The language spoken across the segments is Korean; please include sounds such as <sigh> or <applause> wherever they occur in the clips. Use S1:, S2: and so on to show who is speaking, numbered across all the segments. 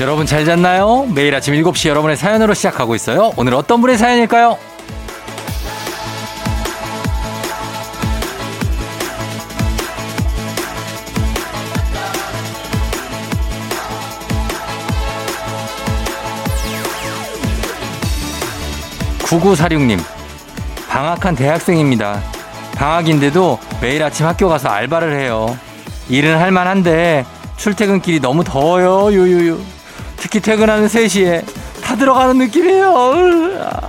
S1: 여러분 잘 잤나요? 매일 아침 7시 여러분의 사연으로 시작하고 있어요. 오늘 어떤 분의 사연일까요? 9946님, 방학한 대학생입니다. 방학인데도 매일 아침 학교 가서 알바를 해요. 일은 할만한데 출퇴근길이 너무 더워요. 유유유. 특히 퇴근하는 3시에 다 들어가는 느낌이에요. 으아.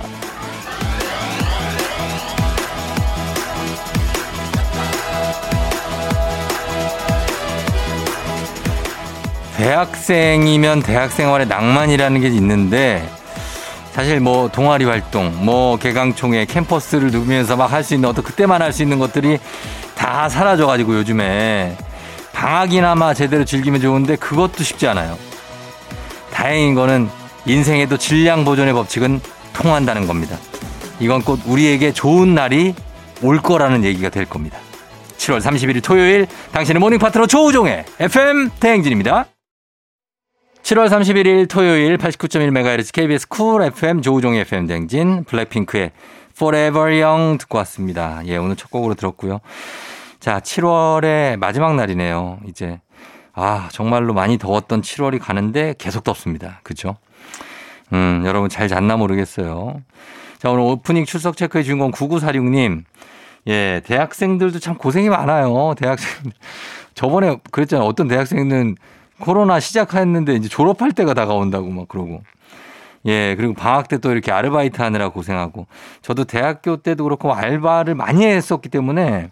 S1: 대학생이면 대학생활의 낭만이라는 게 있는데 사실 뭐 동아리 활동, 뭐 개강총회, 캠퍼스를 두면서 막 할 수 있는 어떤 그때만 할 수 있는 것들이 다 사라져가지고 요즘에 방학이나마 제대로 즐기면 좋은데 그것도 쉽지 않아요. 다행인 거는 인생에도 질량 보존의 법칙은 통한다는 겁니다. 이건 곧 우리에게 좋은 날이 올 거라는 얘기가 될 겁니다. 7월 31일 토요일 당신의 모닝 파트너 조우종의 FM 대행진입니다. 7월 31일 토요일 89.1MHz KBS 쿨 FM 조우종의 FM 댕진 블랙핑크의 Forever Young 듣고 왔습니다. 예, 오늘 첫 곡으로 들었고요. 자, 7월의 마지막 날이네요. 이제 아, 정말로 많이 더웠던 7월이 가는데 계속 덥습니다. 그죠? 음, 여러분 잘 잤나 모르겠어요. 자, 오늘 오프닝 출석 체크해 준 건 9946님. 예, 대학생들도 참 고생이 많아요. 대학생. 저번에 그랬잖아요. 어떤 대학생은 코로나 시작했는데 이제 졸업할 때가 다가온다고 막 그러고. 예, 그리고 방학 때 또 이렇게 아르바이트 하느라 고생하고. 저도 대학교 때도 그렇고 알바를 많이 했었기 때문에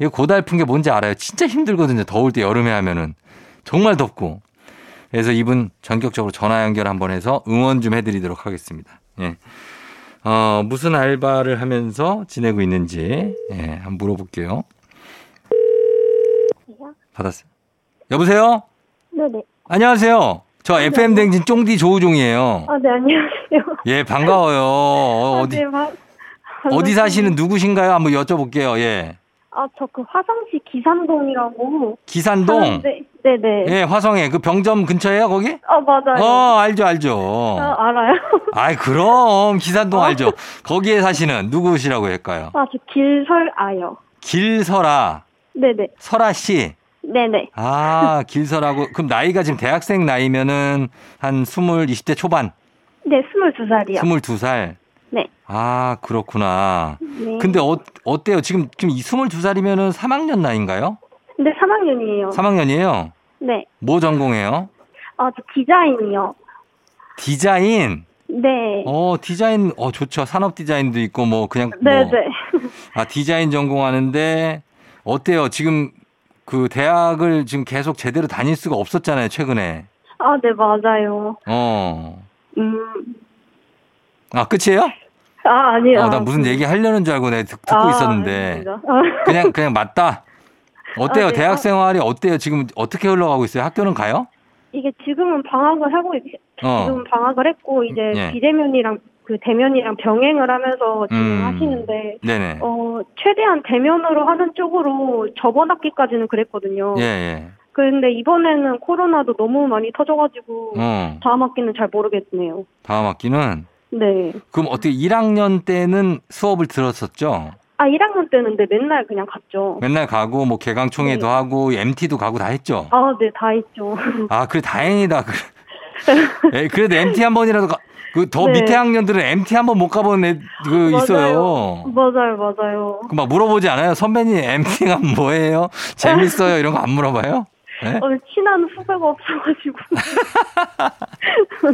S1: 이 고달픈 게 뭔지 알아요. 진짜 힘들거든요. 더울 때 여름에 하면은. 정말 덥고. 그래서 이분 전격적으로 전화 연결 한번 해서 응원 좀 해드리도록 하겠습니다. 예. 어, 무슨 알바를 하면서 지내고 있는지, 예, 한번 물어볼게요. 받았어요. 여보세요?
S2: 네네.
S1: 안녕하세요. 저 FM 댕진 쫑디 조우종이에요.
S2: 아, 네, 안녕하세요.
S1: 예, 반가워요. 어,
S2: 아,
S1: 어디
S2: 네, 마-
S1: 어디 사시는 누구신가요? 한번 여쭤볼게요. 예.
S2: 아, 저 그 화성시 기산동이라고.
S1: 기산동.
S2: 하는데- 아, 네네.
S1: 예, 화성에 그 병점 근처예요, 거기?
S2: 아, 맞아요.
S1: 어, 알죠, 알죠.
S2: 아, 알아요. <laughs>
S1: 아이, 그럼 기산동 알죠. 거기에 사시는 누구시라고 할까요?
S2: 아, 저 길설아요.
S1: 길설아,
S2: 네네.
S1: 설아 씨.
S2: 네네.
S1: 아, 길설하고 그럼 나이가 지금 대학생 나이면은 한 스물, 이십 대 초반,
S2: 네, 22살이요.
S1: 스물 두 살.
S2: 네.
S1: 아, 그렇구나.
S2: 네.
S1: 근데 어, 어때요? 지금 지금 이 22살이면은 3학년 나이인가요?
S2: 근데 3학년이에요.
S1: 3학년이에요.
S2: 네.
S1: 뭐 전공해요?
S2: 아, 저 디자인이요.
S1: 디자인.
S2: 네.
S1: 어, 디자인 어 좋죠. 산업 디자인도 있고 뭐 그냥 뭐
S2: 네네.
S1: 아, 디자인 전공하는데 어때요? 지금 그 대학을 지금 계속 제대로 다닐 수가 없었잖아요, 최근에.
S2: 아, 네, 맞아요.
S1: 어.
S2: 음.
S1: 아, 끝이에요?
S2: 아, 아니요.
S1: 어, 나 무슨 얘기 하려는 줄 알고 내가 듣, 고
S2: 아,
S1: 있었는데.
S2: 아닙니다. 아,
S1: 그냥 그냥 맞다. 어때요?
S2: 아, 네.
S1: 대학 생활이 어때요? 지금 어떻게 흘러가고 있어요? 학교는 가요?
S2: 이게 지금은 방학을 하고 있,
S1: 어.
S2: 지금 방학을 했고 이제
S1: 예.
S2: 비대면이랑 그 대면이랑 병행을 하면서 지금
S1: 음.
S2: 하시는데
S1: 네네.
S2: 어 최대한 대면으로 하는 쪽으로 저번 학기까지는 그랬거든요.
S1: 예, 예.
S2: 그런데 이번에는 코로나도 너무 많이 터져가지고
S1: 어.
S2: 다음 학기는 잘 모르겠네요.
S1: 다음 학기는
S2: 네.
S1: 그럼 어떻게 1학년 때는 수업을 들었었죠?
S2: 아 1학년 때는 근데 맨날 그냥 갔죠.
S1: 맨날 가고 뭐 개강총회도
S2: 네.
S1: 하고 MT도 가고 다 했죠.
S2: 아 네 다 있죠.
S1: 아, 그래 다행이다.
S2: <laughs>
S1: 그래. 예, 그래도 MT 한 번이라도 가. 그 더
S2: 네.
S1: 밑에 학년들은 MT 한 번 못 가본 애그 있어요.
S2: <laughs> 맞아요 맞아요.
S1: 그 막 물어보지 않아요? 선배님 MT가 뭐예요? 재밌어요? 이런 거 안 물어봐요? 예?
S2: 오늘 친한 후배가
S1: <laughs>
S2: 없어가지고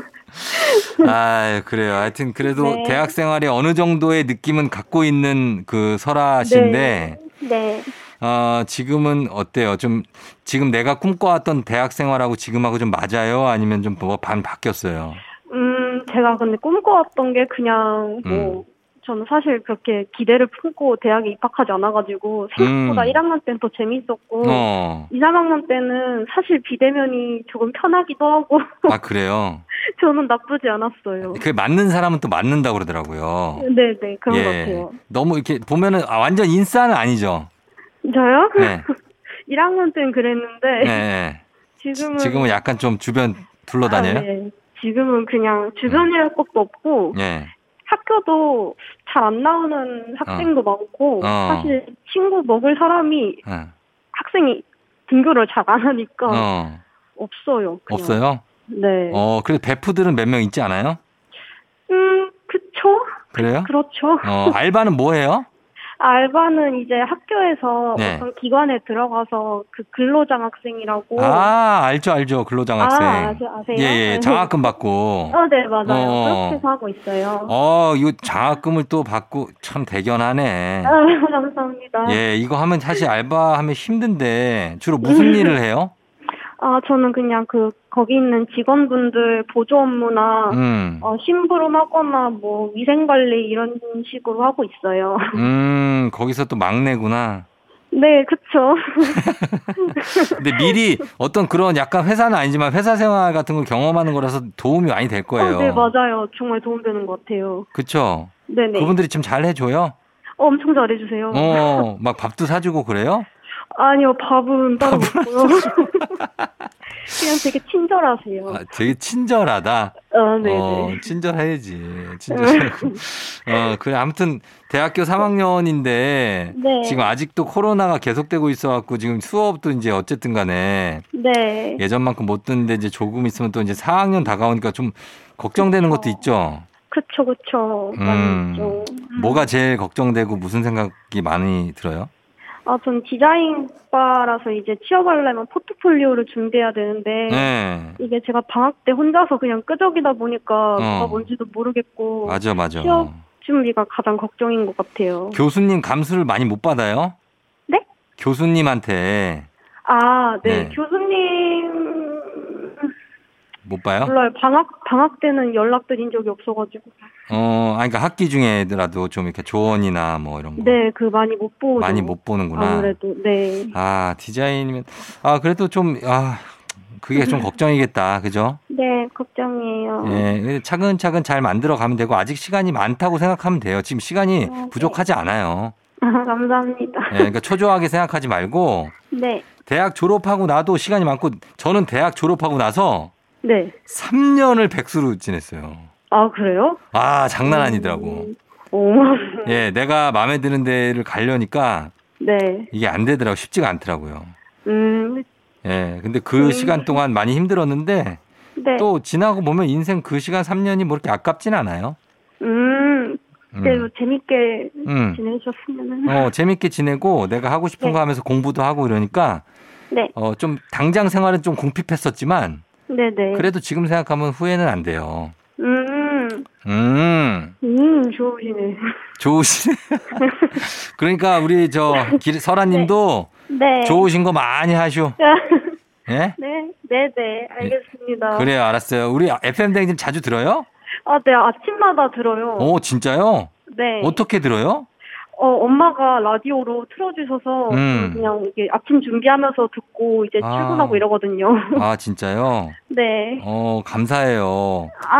S1: 아, 그래요. 하여튼 그래도
S2: 네.
S1: 대학 생활이 어느 정도의 느낌은 갖고 있는 그 설아 씨인데
S2: 네.
S1: 아, 지금은 어때요? 좀 지금 내가 꿈꿔왔던 대학 생활하고 지금하고 좀 맞아요? 아니면 좀뭐 반 바뀌었어요?
S2: 음, 제가 근데 꿈꿔왔던 게 그냥
S1: 음.
S2: 뭐 저는 사실 그렇게 기대를 품고 대학에 입학하지 않아가지고 생각보다
S1: 음.
S2: 1학년 때는 더 재밌었고
S1: 어.
S2: 2, 3학년 때는 사실 비대면이 조금 편하기도 하고 <laughs>
S1: 아, 그래요.
S2: 저는 나쁘지 않았어요.
S1: 그게 맞는 사람은 또 맞는다 고 그러더라고요.
S2: 네네
S1: 예.
S2: 그런 것 같아요.
S1: 너무 이렇게 보면은 아, 완전 인싸는 아니죠.
S2: 저요? <laughs>
S1: 네.
S2: 1학년 때는 그랬는데
S1: 네.
S2: 지금은
S1: 지금은 약간 좀 주변 둘러다녀요?
S2: 아, 네. 지금은 그냥 주변 일할 것도 없고
S1: 예.
S2: 학교도 잘 안 나오는 학생도 많고
S1: 어.
S2: 사실 친구 먹을 사람이
S1: 응.
S2: 학생이 등교를 잘 안 하니까
S1: 예. 어.
S2: 없어요. 그냥.
S1: 없어요?
S2: 네.
S1: 어, 그래도 베프들은 몇 명 있지 않아요?
S2: 음, 그쵸?
S1: 그래요?
S2: 그렇죠.
S1: 어, 알바는 뭐예요?
S2: 알바는 이제 학교에서
S1: 네.
S2: 어떤 기관에 들어가서 그 근로장학생이라고.
S1: 아, 알죠, 알죠. 근로장학생.
S2: 아, 아세- 아세요? 네.
S1: 예, 예. 장학금 받고.
S2: 어, 네, 맞아요.
S1: 어.
S2: 그렇게 해서 하고 있어요.
S1: 어, 이거 장학금을 또 받고 참 대견하네.
S2: 아, <laughs> 감사합니다.
S1: 예, 이거 하면 사실 알바하면 힘든데 주로 무슨
S2: 음.
S1: 일을 해요?
S2: 아, 저는 그냥 그, 거기 있는 직원분들 보조 업무나,
S1: 음.
S2: 어, 심부름하거나, 뭐, 위생관리 이런 식으로 하고 있어요. <laughs>
S1: 음, 거기서 또 막내구나.
S2: 네, 그쵸.
S1: 근데 미리 어떤 그런 약간 회사는 아니지만 회사 생활 같은 걸 경험하는 거라서 도움이 많이 될 거예요.
S2: 어, 네, 맞아요. 정말 도움되는 것 같아요.
S1: 그쵸?
S2: 네네.
S1: 그분들이 좀 잘 해줘요?
S2: 어, 엄청 잘해주세요.
S1: 어, 막 밥도 사주고 그래요?
S2: 아니요, 밥은 따로
S1: <laughs>
S2: 먹고요. <laughs> 그냥 되게 친절하세요.
S1: 아, 되게 친절하다.
S2: 어, 네네.
S1: 어, 친절해야지.
S2: <laughs>
S1: 친절하고. 어, 그래. 아무튼, 대학교 3학년인데,
S2: 네.
S1: 지금 아직도 코로나가 계속되고 있어갖고, 지금 수업도 이제 어쨌든 간에,
S2: 네.
S1: 예전만큼 못 듣는데, 이제 조금 있으면 또 이제 4학년 다가오니까 좀 걱정되는 것도 있죠.
S2: 그쵸, 그쵸.
S1: 음.
S2: 맞죠.
S1: 뭐가 제일 걱정되고, 무슨 생각이 많이 들어요?
S2: 아, 전 디자인과라서 이제 취업하려면 포트폴리오를 준비해야 되는데,
S1: 네.
S2: 이게 제가 방학 때 혼자서 그냥 끄적이다 보니까
S1: 어.
S2: 뭐가 뭔지도 모르겠고,
S1: 맞아, 맞아.
S2: 취업 준비가 가장 걱정인 것 같아요.
S1: 교수님 감수를 많이 못 받아요?
S2: 네?
S1: 교수님한테
S2: 아, 네.
S1: 네.
S2: 교수님,
S1: 못 봐요?
S2: 몰라요. 방학, 방학 때는 연락드린 적이 없어가지고.
S1: 어, 아니, 그러니까 학기 중에라도 좀 이렇게 조언이나 뭐 이런 거
S2: 네, 그 많이 못 보고.
S1: 많이 못 보는구나.
S2: 아무래도, 네.
S1: 아, 디자인이면 아, 그래도 좀 아, 그게 좀 걱정이겠다. 그죠?
S2: 네, 걱정이에요.
S1: 예. 근데 차근차근 잘 만들어 가면 되고 아직 시간이 많다고 생각하면 돼요. 지금 시간이
S2: 어, 네.
S1: 부족하지 않아요.
S2: 아, 감사합니다.
S1: 예. 그러니까 초조하게 생각하지 말고
S2: 네,
S1: 대학 졸업하고 나도 시간이 많고 저는 대학 졸업하고 나서
S2: 네.
S1: 3년을 백수로 지냈어요.
S2: 아, 그래요?
S1: 아, 장난 아니더라고.
S2: 오,
S1: 예, 내가 마음에 드는 데를 가려니까
S2: 네.
S1: 이게 안 되더라고. 쉽지가 않더라고요.
S2: 음,
S1: 예, 근데 그
S2: 음.
S1: 시간 동안 많이 힘들었는데
S2: 네.
S1: 또 지나고 보면 인생 그 시간 3년이 뭐 이렇게 아깝진 않아요.
S2: 음,
S1: 음.
S2: 네, 재밌게
S1: 음.
S2: 지내셨으면은.
S1: 어, 재밌게 지내고 내가 하고 싶은
S2: 네.
S1: 거 하면서 공부도 하고 이러니까
S2: 네,
S1: 어, 좀 당장 생활은 좀 궁핍했었지만
S2: 네네.
S1: 그래도 지금 생각하면 후회는 안 돼요.
S2: 음,
S1: 음,
S2: 음, 좋으시네.
S1: 좋으시네. <laughs> 그러니까 우리 저 길, 설아 님도
S2: 네.
S1: 좋으신 거 많이
S2: <laughs>
S1: 하쇼. 예?
S2: 네, 네네. 알겠습니다.
S1: 그래요, 알았어요. 우리 FM 댕진 자주 들어요?
S2: 아, 네, 아침마다 들어요.
S1: 오, 진짜요?
S2: 네.
S1: 어떻게 들어요?
S2: 어, 엄마가 라디오로 틀어주셔서
S1: 음.
S2: 그냥 이게 아침 준비하면서 듣고 이제
S1: 아.
S2: 출근하고 이러거든요. <laughs>
S1: 아, 진짜요?
S2: 네.
S1: 어, 감사해요.
S2: 아,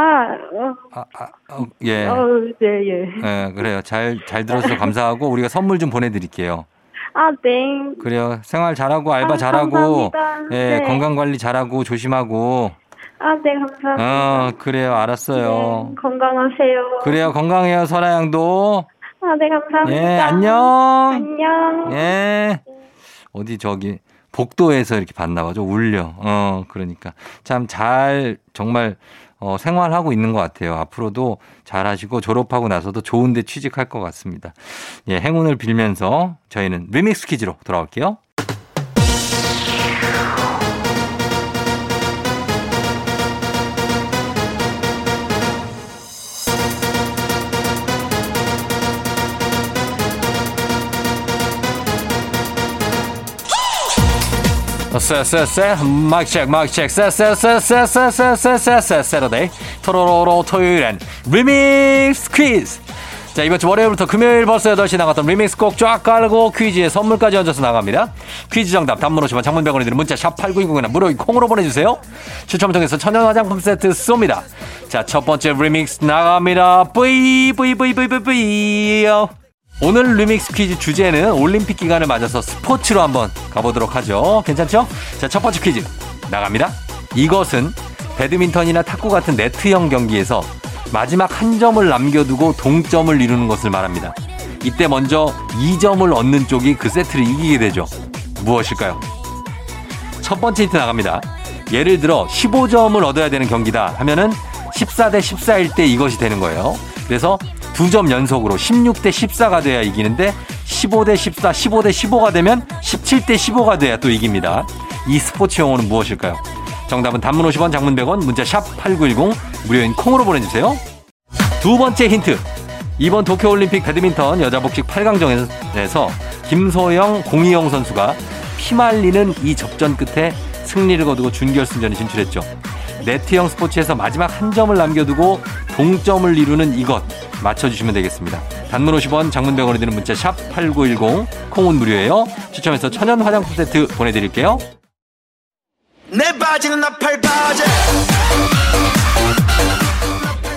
S2: 어,
S1: 아, 아, 어, 예.
S2: 어, 네, 예.
S1: 예, 그래요. 잘, 잘 들어서 감사하고, 우리가 선물 좀 보내드릴게요.
S2: 아, 네.
S1: 그래요. 생활 잘하고, 알바
S2: 아,
S1: 잘하고,
S2: 감사합니다.
S1: 예,
S2: 네.
S1: 건강 관리 잘하고, 조심하고.
S2: 아, 네, 감사합니다.
S1: 어, 그래요. 알았어요.
S2: 네, 건강하세요.
S1: 그래요. 건강해요, 설아 양도.
S2: 아, 네, 감사합니다.
S1: 예, 안녕.
S2: 안녕.
S1: 예. 어디 저기 복도에서 이렇게 봤나 봐죠. 울려. 어, 그러니까 참 잘 정말 어, 생활하고 있는 것 같아요. 앞으로도 잘 하시고 졸업하고 나서도 좋은 데 취직할 것 같습니다. 예, 행운을 빌면서 저희는 리믹스 퀴즈로 돌아올게요. 쎄쎄쎄 마이크 체크 마이크 체크 쎄쎄쎄쎄쎄쎄쎄쎄 세러데이 토로로로 토요일엔 리믹스 퀴즈 자 이번 주 월요일부터 금요일 벌써 8시 나갔던 리믹스 곡 쫙 깔고 퀴즈에 선물까지 얹어서 나갑니다 퀴즈 정답 단문 오시면 장문 100원이 드는 문자 샵 8910이나 무료 콩으로 보내주세요 추첨 통해서 천연 화장품 세트 쏩니다 자 첫 번째 리믹스 나갑니다 뿌이 뿌이 뿌이 뿌이 뿌이 뿌이 오늘 리믹스 퀴즈 주제는 올림픽 기간을 맞아서 스포츠로 한번 가보도록 하죠. 괜찮죠? 자, 첫 번째 퀴즈 나갑니다. 이것은 배드민턴이나 탁구 같은 네트형 경기에서 마지막 한 점을 남겨두고 동점을 이루는 것을 말합니다. 이때 먼저 2점을 얻는 쪽이 그 세트를 이기게 되죠. 무엇일까요? 첫 번째 힌트 나갑니다. 예를 들어 15점을 얻어야 되는 경기다 하면은 14대 14일 때 이것이 되는 거예요. 그래서 두 점 연속으로 16대 14가 돼야 이기는데 15대 14, 15대 15가 되면 17대 15가 돼야 또 이깁니다. 이 스포츠 용어는 무엇일까요? 정답은 단문 50원, 장문 100원, 문자 샵 8910 무료인 콩으로 보내주세요. 두 번째 힌트. 이번 도쿄올림픽 배드민턴 여자복식 8강전에서 김소영, 공희영 선수가 피말리는 이 접전 끝에 승리를 거두고 준결승전에 진출했죠. 네트형 스포츠에서 마지막 한 점을 남겨두고 동점을 이루는 이것 맞춰주시면 되겠습니다. 단문 50원, 장문 100원에 드는 문자 샵 8910, 콩은 무료예요. 추첨해서 천연 화장품 세트 보내드릴게요.
S3: 내 바지는 나팔 바지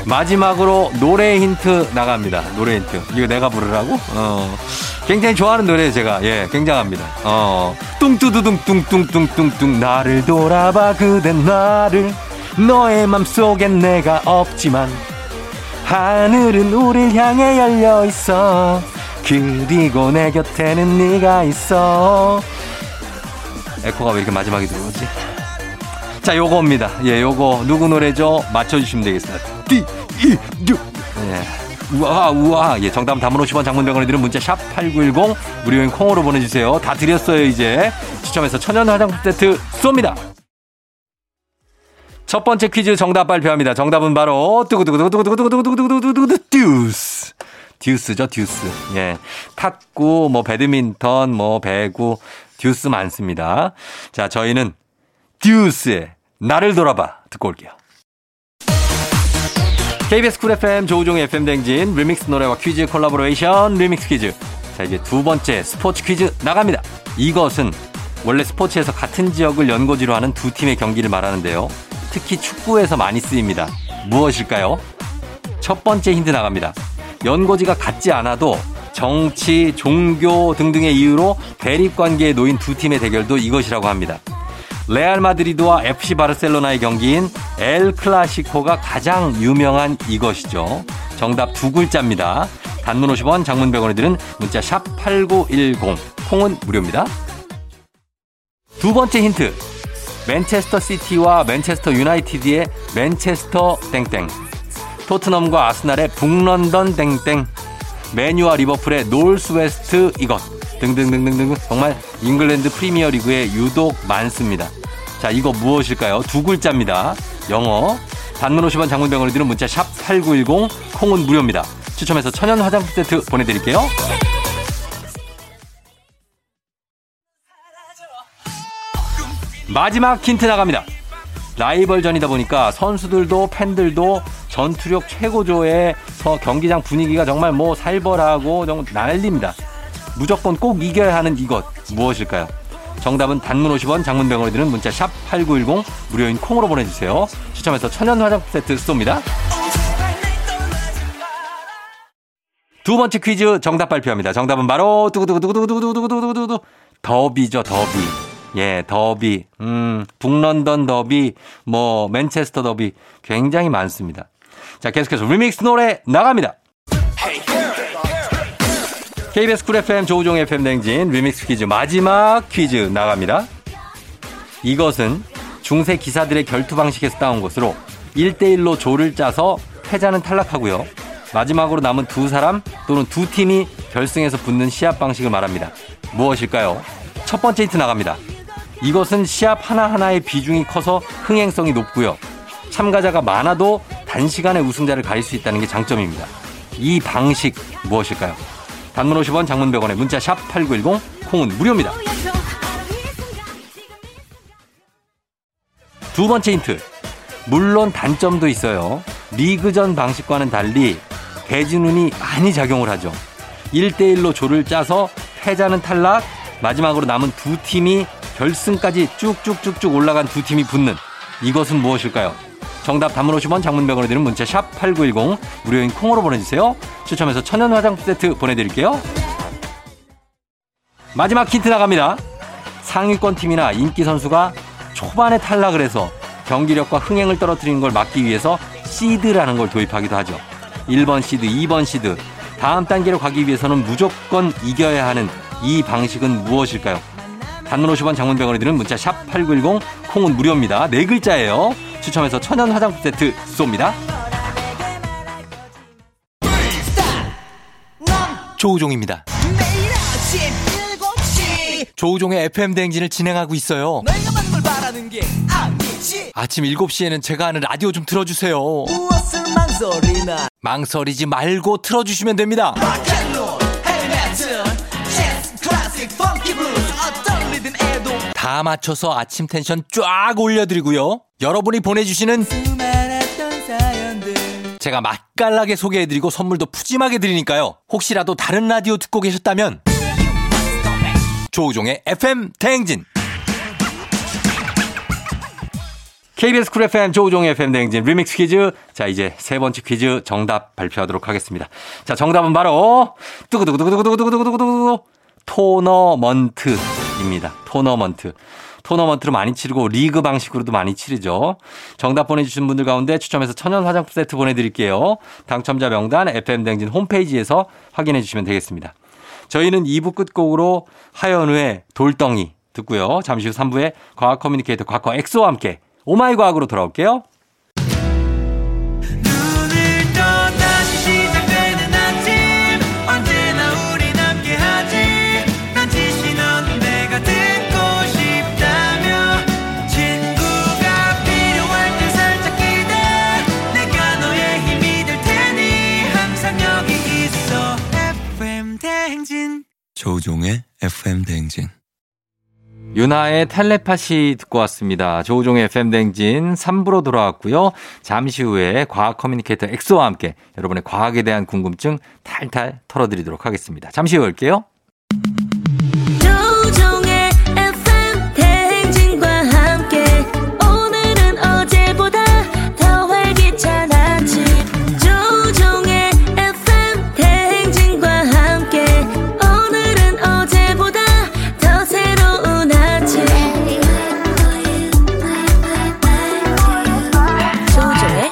S1: 마지막으로 노래 힌트 나갑니다. 노래 힌트. 이거 내가 부르라고? 어. 굉장히 좋아하는 노래예요, 제가. 예, 굉장합니다. 어. 뚱뚜두둥뚱뚱뚱뚱뚱 나를 돌아봐 그댄 나를 너의 맘속엔 내가 없지만 하늘은 우릴 향해 열려 있어 그리고 내 곁에는 네가 있어 에코가 왜 이렇게 마지막에 들어오지? 자, 요거입니다. 예, 요거 누구 노래죠? 맞춰주시면 되겠습니다. D, E, U. 예. 우와, 우와. 예, 정답 담은 50원 장문병원에 드는 문자 샵 8910 무료인 콩으로 보내주세요. 다 드렸어요, 이제. 추첨해서 천연 화장품 세트 쏩니다. 첫 번째 퀴즈 정답 발표합니다. 정답은 바로 뚜구뚜구뚜구뚜구뚜구뚜구뚜구뚜구뚜구 듀스. 듀스죠, 듀스. 예. 탁구, 뭐 배드민턴, 뭐 배구, 듀스 많습니다. 자, 저희는 듀스의 나를 돌아봐 듣고 올게요. KBS 쿨 FM 조우종의 FM 댕진 리믹스 노래와 퀴즈 콜라보레이션 리믹스 퀴즈 자 이제 두 번째 스포츠 퀴즈 나갑니다 이것은 원래 스포츠에서 같은 지역을 연고지로 하는 두 팀의 경기를 말하는데요 특히 축구에서 많이 쓰입니다 무엇일까요? 첫 번째 힌트 나갑니다 연고지가 같지 않아도 정치, 종교 등등의 이유로 대립관계에 놓인 두 팀의 대결도 이것이라고 합니다 레알 마드리드와 FC 바르셀로나의 경기인 엘 클라시코가 가장 유명한 이것이죠. 정답 두 글자입니다. 단문 50원, 장문 100원에 드는 문자 샵 8910. 콩은 무료입니다. 두 번째 힌트. 맨체스터 시티와 맨체스터 유나이티드의 맨체스터 땡땡. 토트넘과 아스날의 북런던 땡땡. 메뉴와 리버풀의 놀스웨스트 이것. 등등등등등 정말 잉글랜드 프리미어 리그에 유독 많습니다. 자, 이거 무엇일까요? 두 글자입니다. 영어. 단문 50원 장문병원에 드는 문자 샵 8910 콩은 무료입니다. 추첨해서 천연 화장품 세트 보내드릴게요. 마지막 힌트 나갑니다. 라이벌전이다 보니까 선수들도 팬들도 전투력 최고조에 서 경기장 분위기가 정말 뭐 살벌하고 정말 난립니다. 무조건 꼭 이겨야 하는 이것 무엇일까요? 정답은 단문 50원, 장문 100원에 드는 문자 샵 8910 무료인 콩으로 보내주세요. 추첨해서 천연 화장품 세트 쏩니다. 두 번째 퀴즈 정답 발표합니다. 정답은 바로 두구두구두구두구두구두구두구두구 더비죠 더비. 예, 더비. 음, 북런던 더비, 뭐 맨체스터 더비 굉장히 많습니다. 자, 계속해서 리믹스 노래 나갑니다. KBS 쿨 FM 조우종 FM 냉진 리믹스 퀴즈 마지막 퀴즈 나갑니다. 이것은 중세 기사들의 결투 방식에서 따온 것으로 1대1로 조를 짜서 패자는 탈락하고요. 마지막으로 남은 두 사람 또는 두 팀이 결승에서 붙는 시합 방식을 말합니다. 무엇일까요? 첫 번째 힌트 나갑니다. 이것은 시합 하나하나의 비중이 커서 흥행성이 높고요. 참가자가 많아도 단시간에 우승자를 가릴 수 있다는 게 장점입니다. 이 방식 무엇일까요? 단문 50원, 장문 100원에 문자 샵 8910, 콩은 무료입니다. 두 번째 힌트. 물론 단점도 있어요. 리그전 방식과는 달리 대진운이 많이 작용을 하죠. 1대1로 조를 짜서 패자는 탈락, 마지막으로 남은 두 팀이 결승까지 쭉쭉쭉쭉 올라간 두 팀이 붙는 이것은 무엇일까요? 정답 담문 50원 장문 100원에 드는 문자 샵 8910 무료인 콩으로 보내주세요. 추첨해서 천연 화장품 세트 보내드릴게요. 마지막 힌트 나갑니다. 상위권 팀이나 인기 선수가 초반에 탈락을 해서 경기력과 흥행을 떨어뜨리는 걸 막기 위해서 시드라는 걸 도입하기도 하죠. 1번 시드, 2번 시드. 다음 단계로 가기 위해서는 무조건 이겨야 하는 이 방식은 무엇일까요? 단문 50원 장문병원에 드는 문자 샵 8910 콩은 무료입니다. 네 글자예요. 추첨해서 천연 화장품 세트 쏩니다. 조우종입니다.
S4: 매일 아침 7시
S1: 조우종의 FM 대행진을 진행하고 있어요.
S4: 내가 받는 걸 바라는 게 아니지
S1: 아침 7시에는 제가 하는 라디오 좀 틀어주세요.
S4: 무엇을 망설이나
S1: 망설이지 말고 틀어주시면 됩니다.
S4: 락앤롤 헤비메탈 재즈 클래식 펑키 블루스 어떤 리듬에도
S1: 다 맞춰서 아침 텐션 쫙 올려드리고요. 여러분이 보내주시는
S4: 수많았던 사연들
S1: 제가 맛깔나게 소개해드리고 선물도 푸짐하게 드리니까요. 혹시라도 다른 라디오 듣고 계셨다면 조우종의 FM 대행진 KBS 쿨 FM 조우종의 FM 대행진 리믹스 퀴즈 자 이제 세 번째 퀴즈 정답 발표하도록 하겠습니다. 자 정답은 바로 뚜구두구두구두구두구두구두구 토너먼트입니다. 토너먼트. 토너먼트로 많이 치르고 리그 방식으로도 많이 치르죠. 정답 보내주신 분들 가운데 추첨해서 천연 화장품 세트 보내드릴게요. 당첨자 명단 FM대행진 홈페이지에서 확인해 주시면 되겠습니다. 저희는 2부 끝곡으로 하현우의 돌덩이 듣고요. 잠시 후 3부에 과학 커뮤니케이터 과거 엑소와 함께 오마이 과학으로 돌아올게요.
S4: 오늘 또 다시 시작되는 아침 언제나 우린 함께하지 난 지시 넌 내가 듣고 싶다며 친구가 필요할 때 살짝 기대 내가 너의 힘이 될 테니 항상 여기 있어 FM 대행진
S5: 조우종의 FM 대행진.
S1: 유나의 텔레파시 듣고 왔습니다. 조우종의 FM댕진 3부로 돌아왔고요. 잠시 후에 과학 커뮤니케이터 엑소와 함께 여러분의 과학에 대한 궁금증 탈탈 털어드리도록 하겠습니다. 잠시 후에 올게요.
S6: 조종의 FM 대행진과 함께 오늘은 어제보다 더 활기찬 아침 조종의 FM 대행진과 함께 오늘은 어제보다 더 새로운 아침 조종의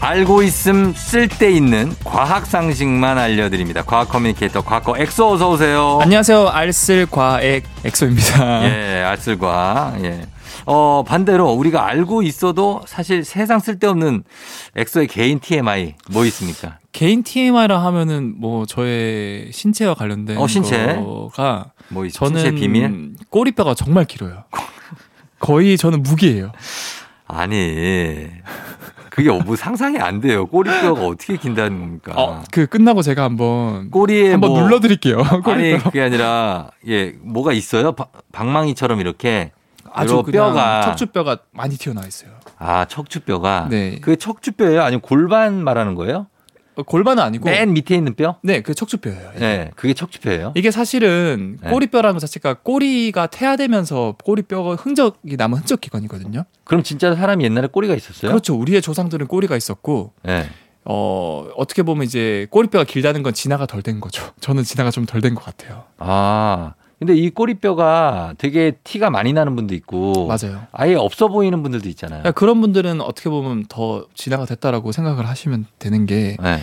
S1: 알고 있음 쓸데 있는 과학 상식만 알려드립니다. 과학 커뮤니케이터 과거 엑소 어서 오세요.
S7: 안녕하세요. 알쓸과의 엑소입니다.
S1: 예, 알쓸과. 예. 어, 반대로 우리가 알고 있어도 사실 세상 쓸데없는 엑소의 개인 TMI 뭐 있습니까?
S7: 개인 TMI라 하면은 뭐 저의 신체와 관련된
S1: 어, 신체.
S7: 거가
S1: 뭐 있-
S7: 저는
S1: 신체 비밀?
S7: 꼬리뼈가 정말 길어요. 거의 저는 무기예요.
S1: 아니. 그게 뭐 상상이 안 돼요. 꼬리뼈가 어떻게 긴다는 겁니까?
S7: 어, 그 끝나고 제가 한번
S1: 꼬리에
S7: 한번
S1: 뭐
S7: 눌러드릴게요. 꼬리뼈.
S1: 아니, 그게 아니라 예, 뭐가 있어요? 바- 방망이처럼 이렇게 여러
S7: 아주 그냥
S1: 뼈가
S7: 척추뼈가 많이 튀어나와 있어요.
S1: 아, 척추뼈가
S7: 네.
S1: 그게 척추뼈예요? 아니면 골반 말하는 거예요?
S7: 어, 골반은 아니고
S1: 맨 밑에 있는 뼈?
S7: 네, 그 척추뼈예요. 예.
S1: 네, 그게 척추뼈예요.
S7: 이게 사실은
S1: 네.
S7: 꼬리뼈라는 것 자체가 꼬리가 퇴화되면서 꼬리뼈가 흔적이 남은 흔적 기관이거든요.
S1: 그럼 진짜 사람이 옛날에 꼬리가 있었어요?
S7: 그렇죠. 우리의 조상들은 꼬리가 있었고
S1: 예.
S7: 어, 어떻게 보면 이제 꼬리뼈가 길다는 건 진화가 덜 된 거죠. 저는 진화가 좀 덜 된 것 같아요.
S1: 아, 근데 이 꼬리뼈가 되게 티가 많이 나는 분도 있고,
S7: 맞아요.
S1: 예 없어 보이는 분들도 있잖아요.
S7: 그러니까 그런 분들은 어떻게 보면 더 진화가 됐다라고 생각을 하시면 되는 게
S1: 예,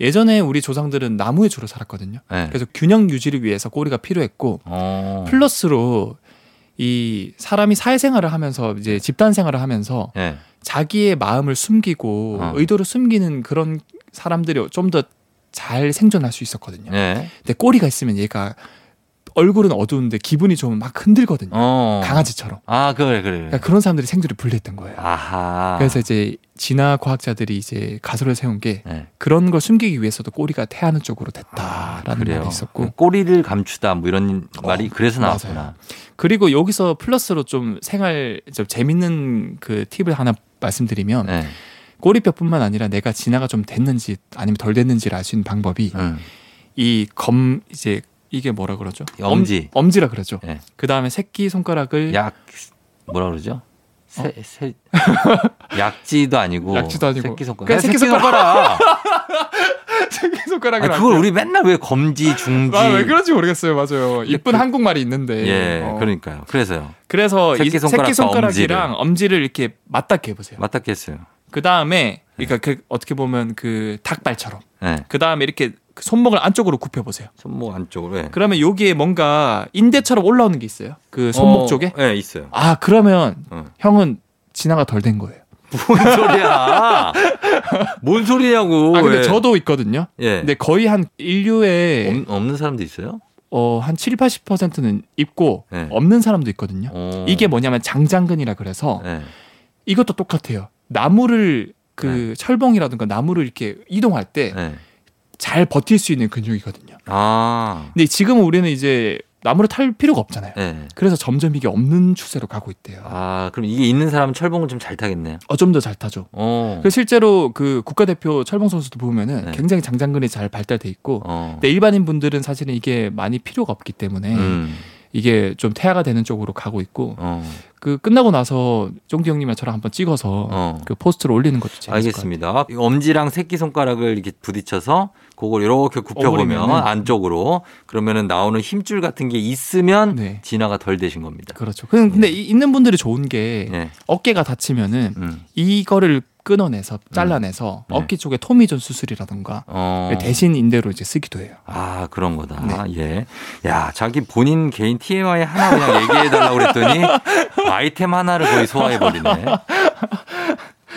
S7: 예전에 우리 조상들은 나무에 주로 살았거든요.
S1: 예.
S7: 그래서 균형 유지를 위해서 꼬리가 필요했고
S1: 어,
S7: 플러스로 이 사람이 사회생활을 하면서 이제 집단 생활을 하면서
S1: 예.
S7: 자기의 마음을 숨기고
S1: 어.
S7: 의도를 숨기는 그런 사람들이 좀 더 잘 생존할 수 있었거든요.
S1: 예.
S7: 근데 꼬리가 있으면 얘가 얼굴은 어두운데 기분이 좋으면 막 흔들거든요.
S1: 어.
S7: 강아지처럼.
S1: 아, 그래, 그래.
S7: 그러니까 그런 사람들이 생존에 불리했던 거예요.
S1: 아하.
S7: 그래서 이제 진화 과학자들이 이제 가설을 세운 게
S1: 네.
S7: 그런 걸 숨기기 위해서도 꼬리가 태하는 쪽으로
S1: 아,
S7: 됐다라는
S1: 그래요.
S7: 말이 있었고 어,
S1: 꼬리를 감추다 뭐 이런 말이 그래서
S7: 맞아요.
S1: 나왔구나.
S7: 그리고 여기서 플러스로 좀 생활 좀 재밌는 그 팁을 하나 말씀드리면
S1: 네.
S7: 꼬리뼈뿐만 아니라 내가 진화가 좀 됐는지 아니면 덜 됐는지를 알 수 있는 방법이
S1: 음.
S7: 이 검 이제 이게 뭐라 그러죠?
S1: 엄지.
S7: 엄, 지라 그러죠.
S1: 네.
S7: 그 다음에 새끼 손가락을
S1: 약 뭐라 그러죠? 새, 새, 약지도 아니고
S7: 어? 약지도 아니고.
S1: 새끼 손가락.
S7: 그냥 새끼
S1: 손가락.
S7: <laughs> 새끼 손가락을
S1: 아, 그걸 우리 맨날 왜 검지 중지?
S7: 아왜 그런지 모르겠어요. 맞아요. 이쁜
S1: 그-
S7: 한국말이 있는데.
S1: 예,
S7: 어.
S1: 그러니까요. 그래서요.
S7: 그래서 이
S1: 새끼손가락과
S7: 새끼 손가락이랑 엄지를 이렇게 맞닿게 해보세요.
S1: 맞닥겠어요. 네.
S7: 그 다음에 그러니까 그 어떻게 보면 그 닭발처럼
S1: 예.
S7: 그 다음에 이렇게 그 손목을 안쪽으로 굽혀보세요.
S1: 손목 안쪽으로. 예.
S7: 그러면 여기에 뭔가 인대처럼 올라오는 게 있어요. 그 손목
S1: 어,
S7: 쪽에.
S1: 예,
S7: <laughs>
S1: 있어요.
S7: 아 그러면
S1: 어.
S7: 형은 진화가 덜 된 거예요.
S1: 뭔 소리야? <laughs> 뭔 소리냐고.
S7: 아 근데
S1: 예.
S7: 저도 있거든요.
S1: 예.
S7: 근데 거의 한 인류의
S1: 없, 없는 사람도 있어요?
S7: 어, 한 7, 80%는 있고
S1: 네.
S7: 없는 사람도 있거든요.
S1: 어.
S7: 이게 뭐냐면 장장근이라 그래서
S1: 예.
S7: 이것도 똑같아요. 나무를 그
S1: 네.
S7: 철봉이라든가 나무를 이렇게 이동할 때 잘
S1: 예.
S7: 버틸 수 있는 근육이거든요.
S1: 아.
S7: 근데 지금 우리는 이제 나무를 탈 필요가 없잖아요.
S1: 예.
S7: 그래서 점점 이게 없는 추세로 가고 있대요.
S1: 아, 그럼 이게 있는 사람은 철봉을 좀 잘 타겠네요.
S7: 어, 좀 더 잘 타죠.
S1: 어.
S7: 그 실제로 그 국가대표 철봉 선수도 보면은
S1: 네.
S7: 굉장히 장장근이 잘 발달돼 있고
S1: 어.
S7: 근데 일반인 분들은 사실은 이게 많이 필요가 없기 때문에
S1: 음.
S7: 이게 좀 태아가 되는 쪽으로 가고 있고
S1: 어.
S7: 그 끝나고 나서 쫑디 형님이랑 저랑 한번 찍어서
S1: 어.
S7: 그 포스트를 올리는 것도 재밌을
S1: 알겠습니다. 이 엄지랑 새끼 손가락을 이렇게 부딪혀서 그걸 이렇게 굽혀 보면
S7: 오므리면은.
S1: 안쪽으로 그러면은 나오는 힘줄 같은 게 있으면
S7: 네.
S1: 진화가 덜 되신 겁니다.
S7: 것 같아요. 그렇죠. 근데,
S1: 네.
S7: 근데 이- 있는 분들이 좋은 게
S1: 예.
S7: 어깨가 다치면은
S1: 음.
S7: 이거를 끊어내서 잘라내서
S1: 네.
S7: 어깨 쪽에 토미존 수술이라든가
S1: 어.
S7: 그 대신 인대로 이제 쓰기도 해요.
S1: 아, 그런 거다.
S7: 네.
S1: 예. 야, 자기 본인 개인 TMI 하나 그냥 얘기해달라고 그랬더니 아이템 하나를 거의 소화해버리네.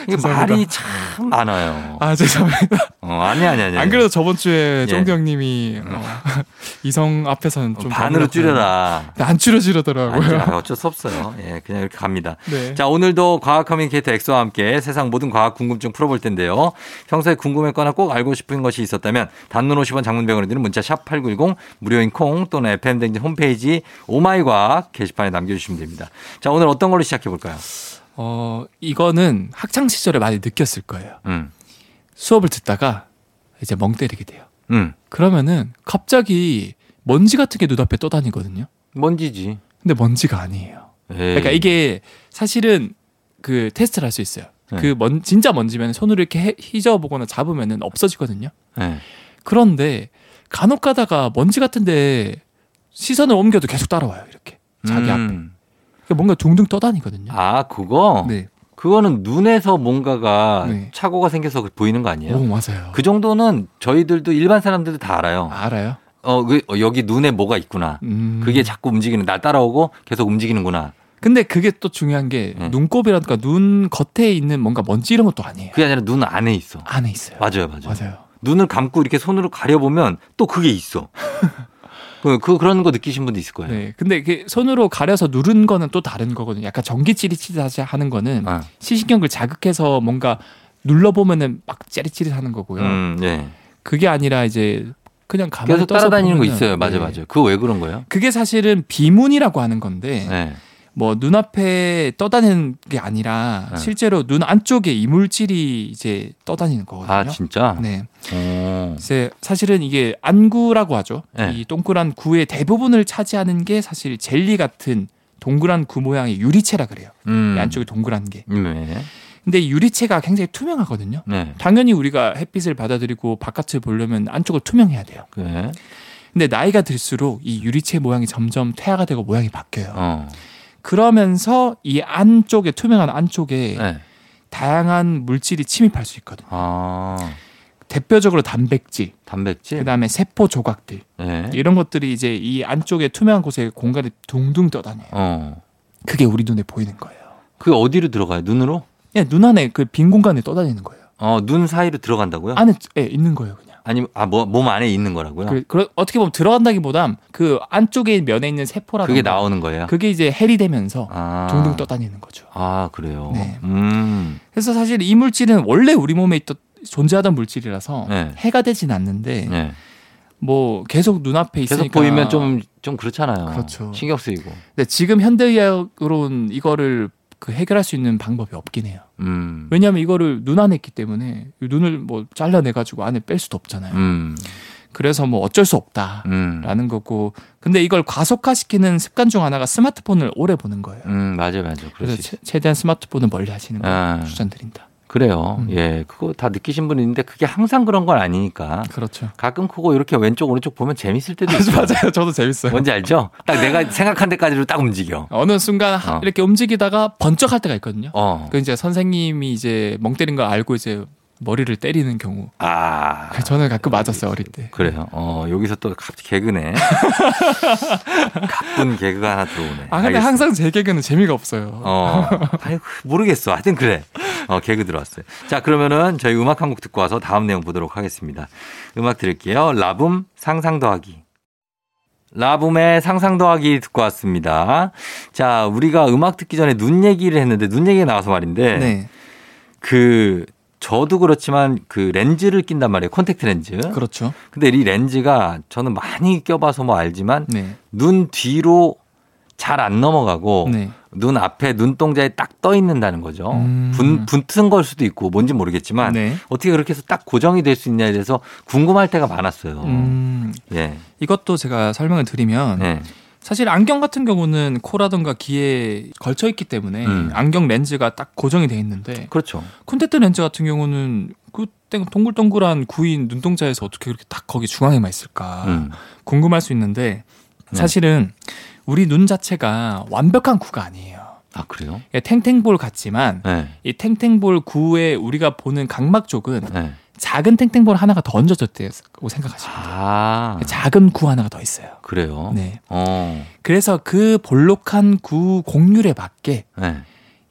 S1: 이게
S7: 죄송합니다.
S1: 말이 참 많아요.
S7: 아 죄송합니다.
S1: 어, 아니, 아니, 아니.
S7: 안 그래도 저번 주에
S1: 예.
S7: 쫑디 형님이 어, <laughs> 이성 앞에서는 좀
S1: 반으로
S7: 반이라고
S1: 줄여라.
S7: 했는데 안
S1: 아니,
S7: 줄여지더라고요.
S1: 아, 어쩔 수 없어요. 예, 그냥 이렇게 갑니다.
S7: 네.
S1: 자, 오늘도 과학 커뮤니케이터 엑소와 함께 세상 모든 과학 궁금증 풀어볼 텐데요. 평소에 궁금했거나 꼭 알고 싶은 것이 있었다면 단문 50원 장문병원에 드는 문자 샵 8910 무료인 콩 또는 FM댕진 홈페이지 오마이과학 게시판에 남겨주시면 됩니다. 자, 오늘 어떤 걸로 시작해볼까요?
S7: 어 이거는 학창 시절에 많이 느꼈을 거예요.
S1: 음,
S7: 수업을 듣다가 이제 멍 때리게 돼요.
S1: 음.
S7: 그러면은 갑자기 먼지 같은 게 눈앞에 떠다니거든요.
S1: 먼지지.
S7: 근데 먼지가 아니에요.
S1: 에이.
S7: 그러니까 이게 사실은 그 테스트를 할 수 있어요.
S1: 네.
S7: 그 먼, 진짜 먼지면 손으로 이렇게 해- 휘저어보거나 잡으면은 없어지거든요.
S1: 예.
S7: 그런데 간혹 가다가 먼지 같은데 시선을 옮겨도 계속 따라와요. 이렇게 자기 앞에.
S1: 음.
S7: 그러니까 뭔가 둥둥 떠다니거든요.
S1: 아, 그거?
S7: 네.
S1: 그거는 눈에서 뭔가가
S7: 네.
S1: 착오가 생겨서 보이는 거 아니에요?
S7: 오, 맞아요.
S1: 그 정도는 저희들도 일반 사람들도 다 알아요.
S7: 알아요?
S1: 어, 그, 어, 여기 눈에 뭐가 있구나.
S7: 음.
S1: 그게 자꾸 움직이는, 날 따라오고 계속 움직이는구나.
S7: 근데 그게 또 중요한 게
S1: 네.
S7: 눈곱이라든가 눈 겉에 있는 뭔가 먼지 이런 것도 아니에요.
S1: 그게 아니라 눈 안에 있어.
S7: 안에 있어요.
S1: 맞아요, 맞아요.
S7: 맞아요.
S1: 눈을 감고 이렇게 손으로 가려보면 또 그게
S7: <laughs>
S1: 있어. 그, 그, 그런 거 느끼신 분도 있을 거예요.
S7: 네. 근데 이게 손으로 가려서 누른 거는 또 다른 거거든요. 약간 전기 찌릿찌릿하지 하는 거는
S1: 아,
S7: 시신경을 자극해서 뭔가 눌러보면은 막 찌릿찌릿하는 거고요.
S1: 음, 예.
S7: 그게 아니라 이제 그냥 네. 가만히
S1: 계속
S7: 떠서
S1: 따라다니는 거
S7: 보면은,
S1: 있어요. 맞아,
S7: 네.
S1: 요 맞아. 요 그거 왜 그런 거예요?
S7: 그게 사실은 비문이라고 하는 건데
S1: 네.
S7: 뭐 눈앞에 떠다니는 게 아니라
S1: 네.
S7: 실제로 눈 안쪽에 이물질이 이제 떠다니는 거거든요.
S1: 아, 진짜?
S7: 네.
S1: 오.
S7: 이제 사실은 이게 안구라고 하죠.
S1: 네.
S7: 이 동그란 구의 대부분을 차지하는 게 사실 젤리 같은 동그란 구 모양의 유리체라 그래요.
S1: 음.
S7: 이 네, 안쪽이 동그란 게.
S1: 네.
S7: 근데 이 유리체가 굉장히 투명하거든요.
S1: 네.
S7: 당연히 우리가 햇빛을 받아들이고 바깥을 보려면 안쪽을 투명해야 돼요.
S1: 그래.
S7: 근데 나이가 들수록 이 유리체 모양이 점점 퇴화가 되고 모양이 바뀌어요.
S1: 어.
S7: 그러면서 이 안쪽에 투명한 안쪽에
S1: 네.
S7: 다양한 물질이 침입할 수 있거든요.
S1: 아.
S7: 대표적으로 단백질,
S1: 단백질?
S7: 그다음에 세포 조각들
S1: 네.
S7: 이런 것들이 이제 이 안쪽에 투명한 곳에 공간에 둥둥 떠다녀요.
S1: 어.
S7: 그게 우리 눈에 보이는 거예요.
S1: 그게 어디로 들어가요? 눈으로?
S7: 그냥 눈 안에 그 빈 공간에 떠다니는 거예요.
S1: 어, 눈 사이로 들어간다고요?
S7: 안에 예, 있는 거예요, 그냥.
S1: 아니면 뭐, 아몸 안에 있는 거라고요?
S7: 그, 그 어떻게 보면 들어간다기보단 그 안쪽에 면에 있는 세포라든가
S1: 그게 나오는 거예요.
S7: 그게 이제 해리 되면서
S1: 아.
S7: 둥둥 떠다니는 거죠.
S1: 아 그래요.
S7: 네.
S1: 음.
S7: 그래서 사실 이 물질은 원래 우리 몸에 있던 존재하던 물질이라서
S1: 네.
S7: 해가 되진 않는데
S1: 네.
S7: 뭐 계속 눈앞에 있으니까
S1: 계속 보이면 좀 좀 그렇잖아요.
S7: 그렇죠.
S1: 신경 쓰이고.
S7: 근데 지금 현대의학으로는 이거를 그 해결할 수 있는 방법이 없긴 해요.
S1: 음.
S7: 왜냐하면 이거를 눈 안에 있기 때문에 이 눈을 뭐 잘라내가지고 안에 뺄 수도 없잖아요.
S1: 음.
S7: 그래서 뭐 어쩔 수 없다.
S1: 음.
S7: 라는 거고 근데 이걸 과속화시키는 습관 중 하나가 스마트폰을 오래 보는 거예요.
S1: 음, 맞아요, 맞아요. 그럴
S7: 그래서
S1: 수 있어요.
S7: 최, 대한 스마트폰을 멀리 하시는 걸
S1: 아.
S7: 추천드린다.
S1: 그래요.
S7: 음.
S1: 예, 그거 다 느끼신 분 있는데 그게 항상 그런 건 아니니까.
S7: 그렇죠.
S1: 가끔 크고 이렇게 왼쪽 오른쪽 보면 재밌을 때도 있어요.
S7: <laughs> 맞아요. 저도 재밌어요.
S1: 뭔지 알죠? 딱 내가 생각한 데까지로 딱 움직여.
S7: 어느 순간 하-
S1: 어.
S7: 이렇게 움직이다가 번쩍할 때가 있거든요.
S1: 어.
S7: 그 이제 선생님이 이제 멍 때린 걸 알고 이제 머리를 때리는 경우.
S1: 아.
S7: 그 저는 가끔 맞았어요 어릴 때.
S1: 그래요. 어, 여기서 또 갑자기
S7: <laughs>
S1: 개그네. 가쁜 개그가 하나 들어오네.
S7: 아 근데
S1: 알겠습니다.
S7: 항상 제 개그는 재미가 없어요.
S1: 어, 아이고, 모르겠어. 하여튼 그래. 어, 개그 들어왔어요. 자, 그러면은 저희 음악 한 곡 듣고 와서 다음 내용 보도록 하겠습니다. 음악 들을게요. 라붐 상상 더하기. 라붐의 상상 더하기 듣고 왔습니다. 자, 우리가 음악 듣기 전에 눈 얘기를 했는데 눈 얘기가 나와서 말인데
S7: 네.
S1: 그 저도 그렇지만 그 렌즈를 낀단 말이에요. 콘택트 렌즈.
S7: 그렇죠.
S1: 근데 이 렌즈가 저는 많이 껴봐서 뭐 알지만
S7: 네.
S1: 눈 뒤로 잘 안 넘어가고
S7: 네.
S1: 눈 앞에 눈동자에 딱 떠 있는다는 거죠.
S7: 음.
S1: 분, 분튼 걸 수도 있고 뭔지 모르겠지만
S7: 네.
S1: 어떻게 그렇게 해서 딱 고정이 될 수 있냐에 대해서 궁금할 때가 많았어요.
S7: 음,
S1: 예.
S7: 이것도 제가 설명을 드리면
S1: 예.
S7: 사실 안경 같은 경우는 코라든가 귀에 걸쳐 있기 때문에
S1: 음.
S7: 안경 렌즈가 딱 고정이 돼 있는데
S1: 그렇죠.
S7: 콘택트 렌즈 같은 경우는 그 땡- 동글동글한 구인 눈동자에서 어떻게 그렇게 딱 거기 중앙에만 있을까
S1: 음.
S7: 궁금할 수 있는데
S1: 네.
S7: 사실은 우리 눈 자체가 완벽한 구가 아니에요.
S1: 아, 그래요?
S7: 그러니까 탱탱볼 같지만
S1: 예.
S7: 이 탱탱볼 구에 우리가 보는 각막 쪽은
S1: 예.
S7: 작은 탱탱볼 하나가 더 얹어졌다고 생각하시면 돼요.
S1: 아,
S7: 작은 구 하나가 더 있어요.
S1: 그래요?
S7: 네.
S1: 어.
S7: 그래서 그 볼록한 구 곡률에 맞게
S1: 예.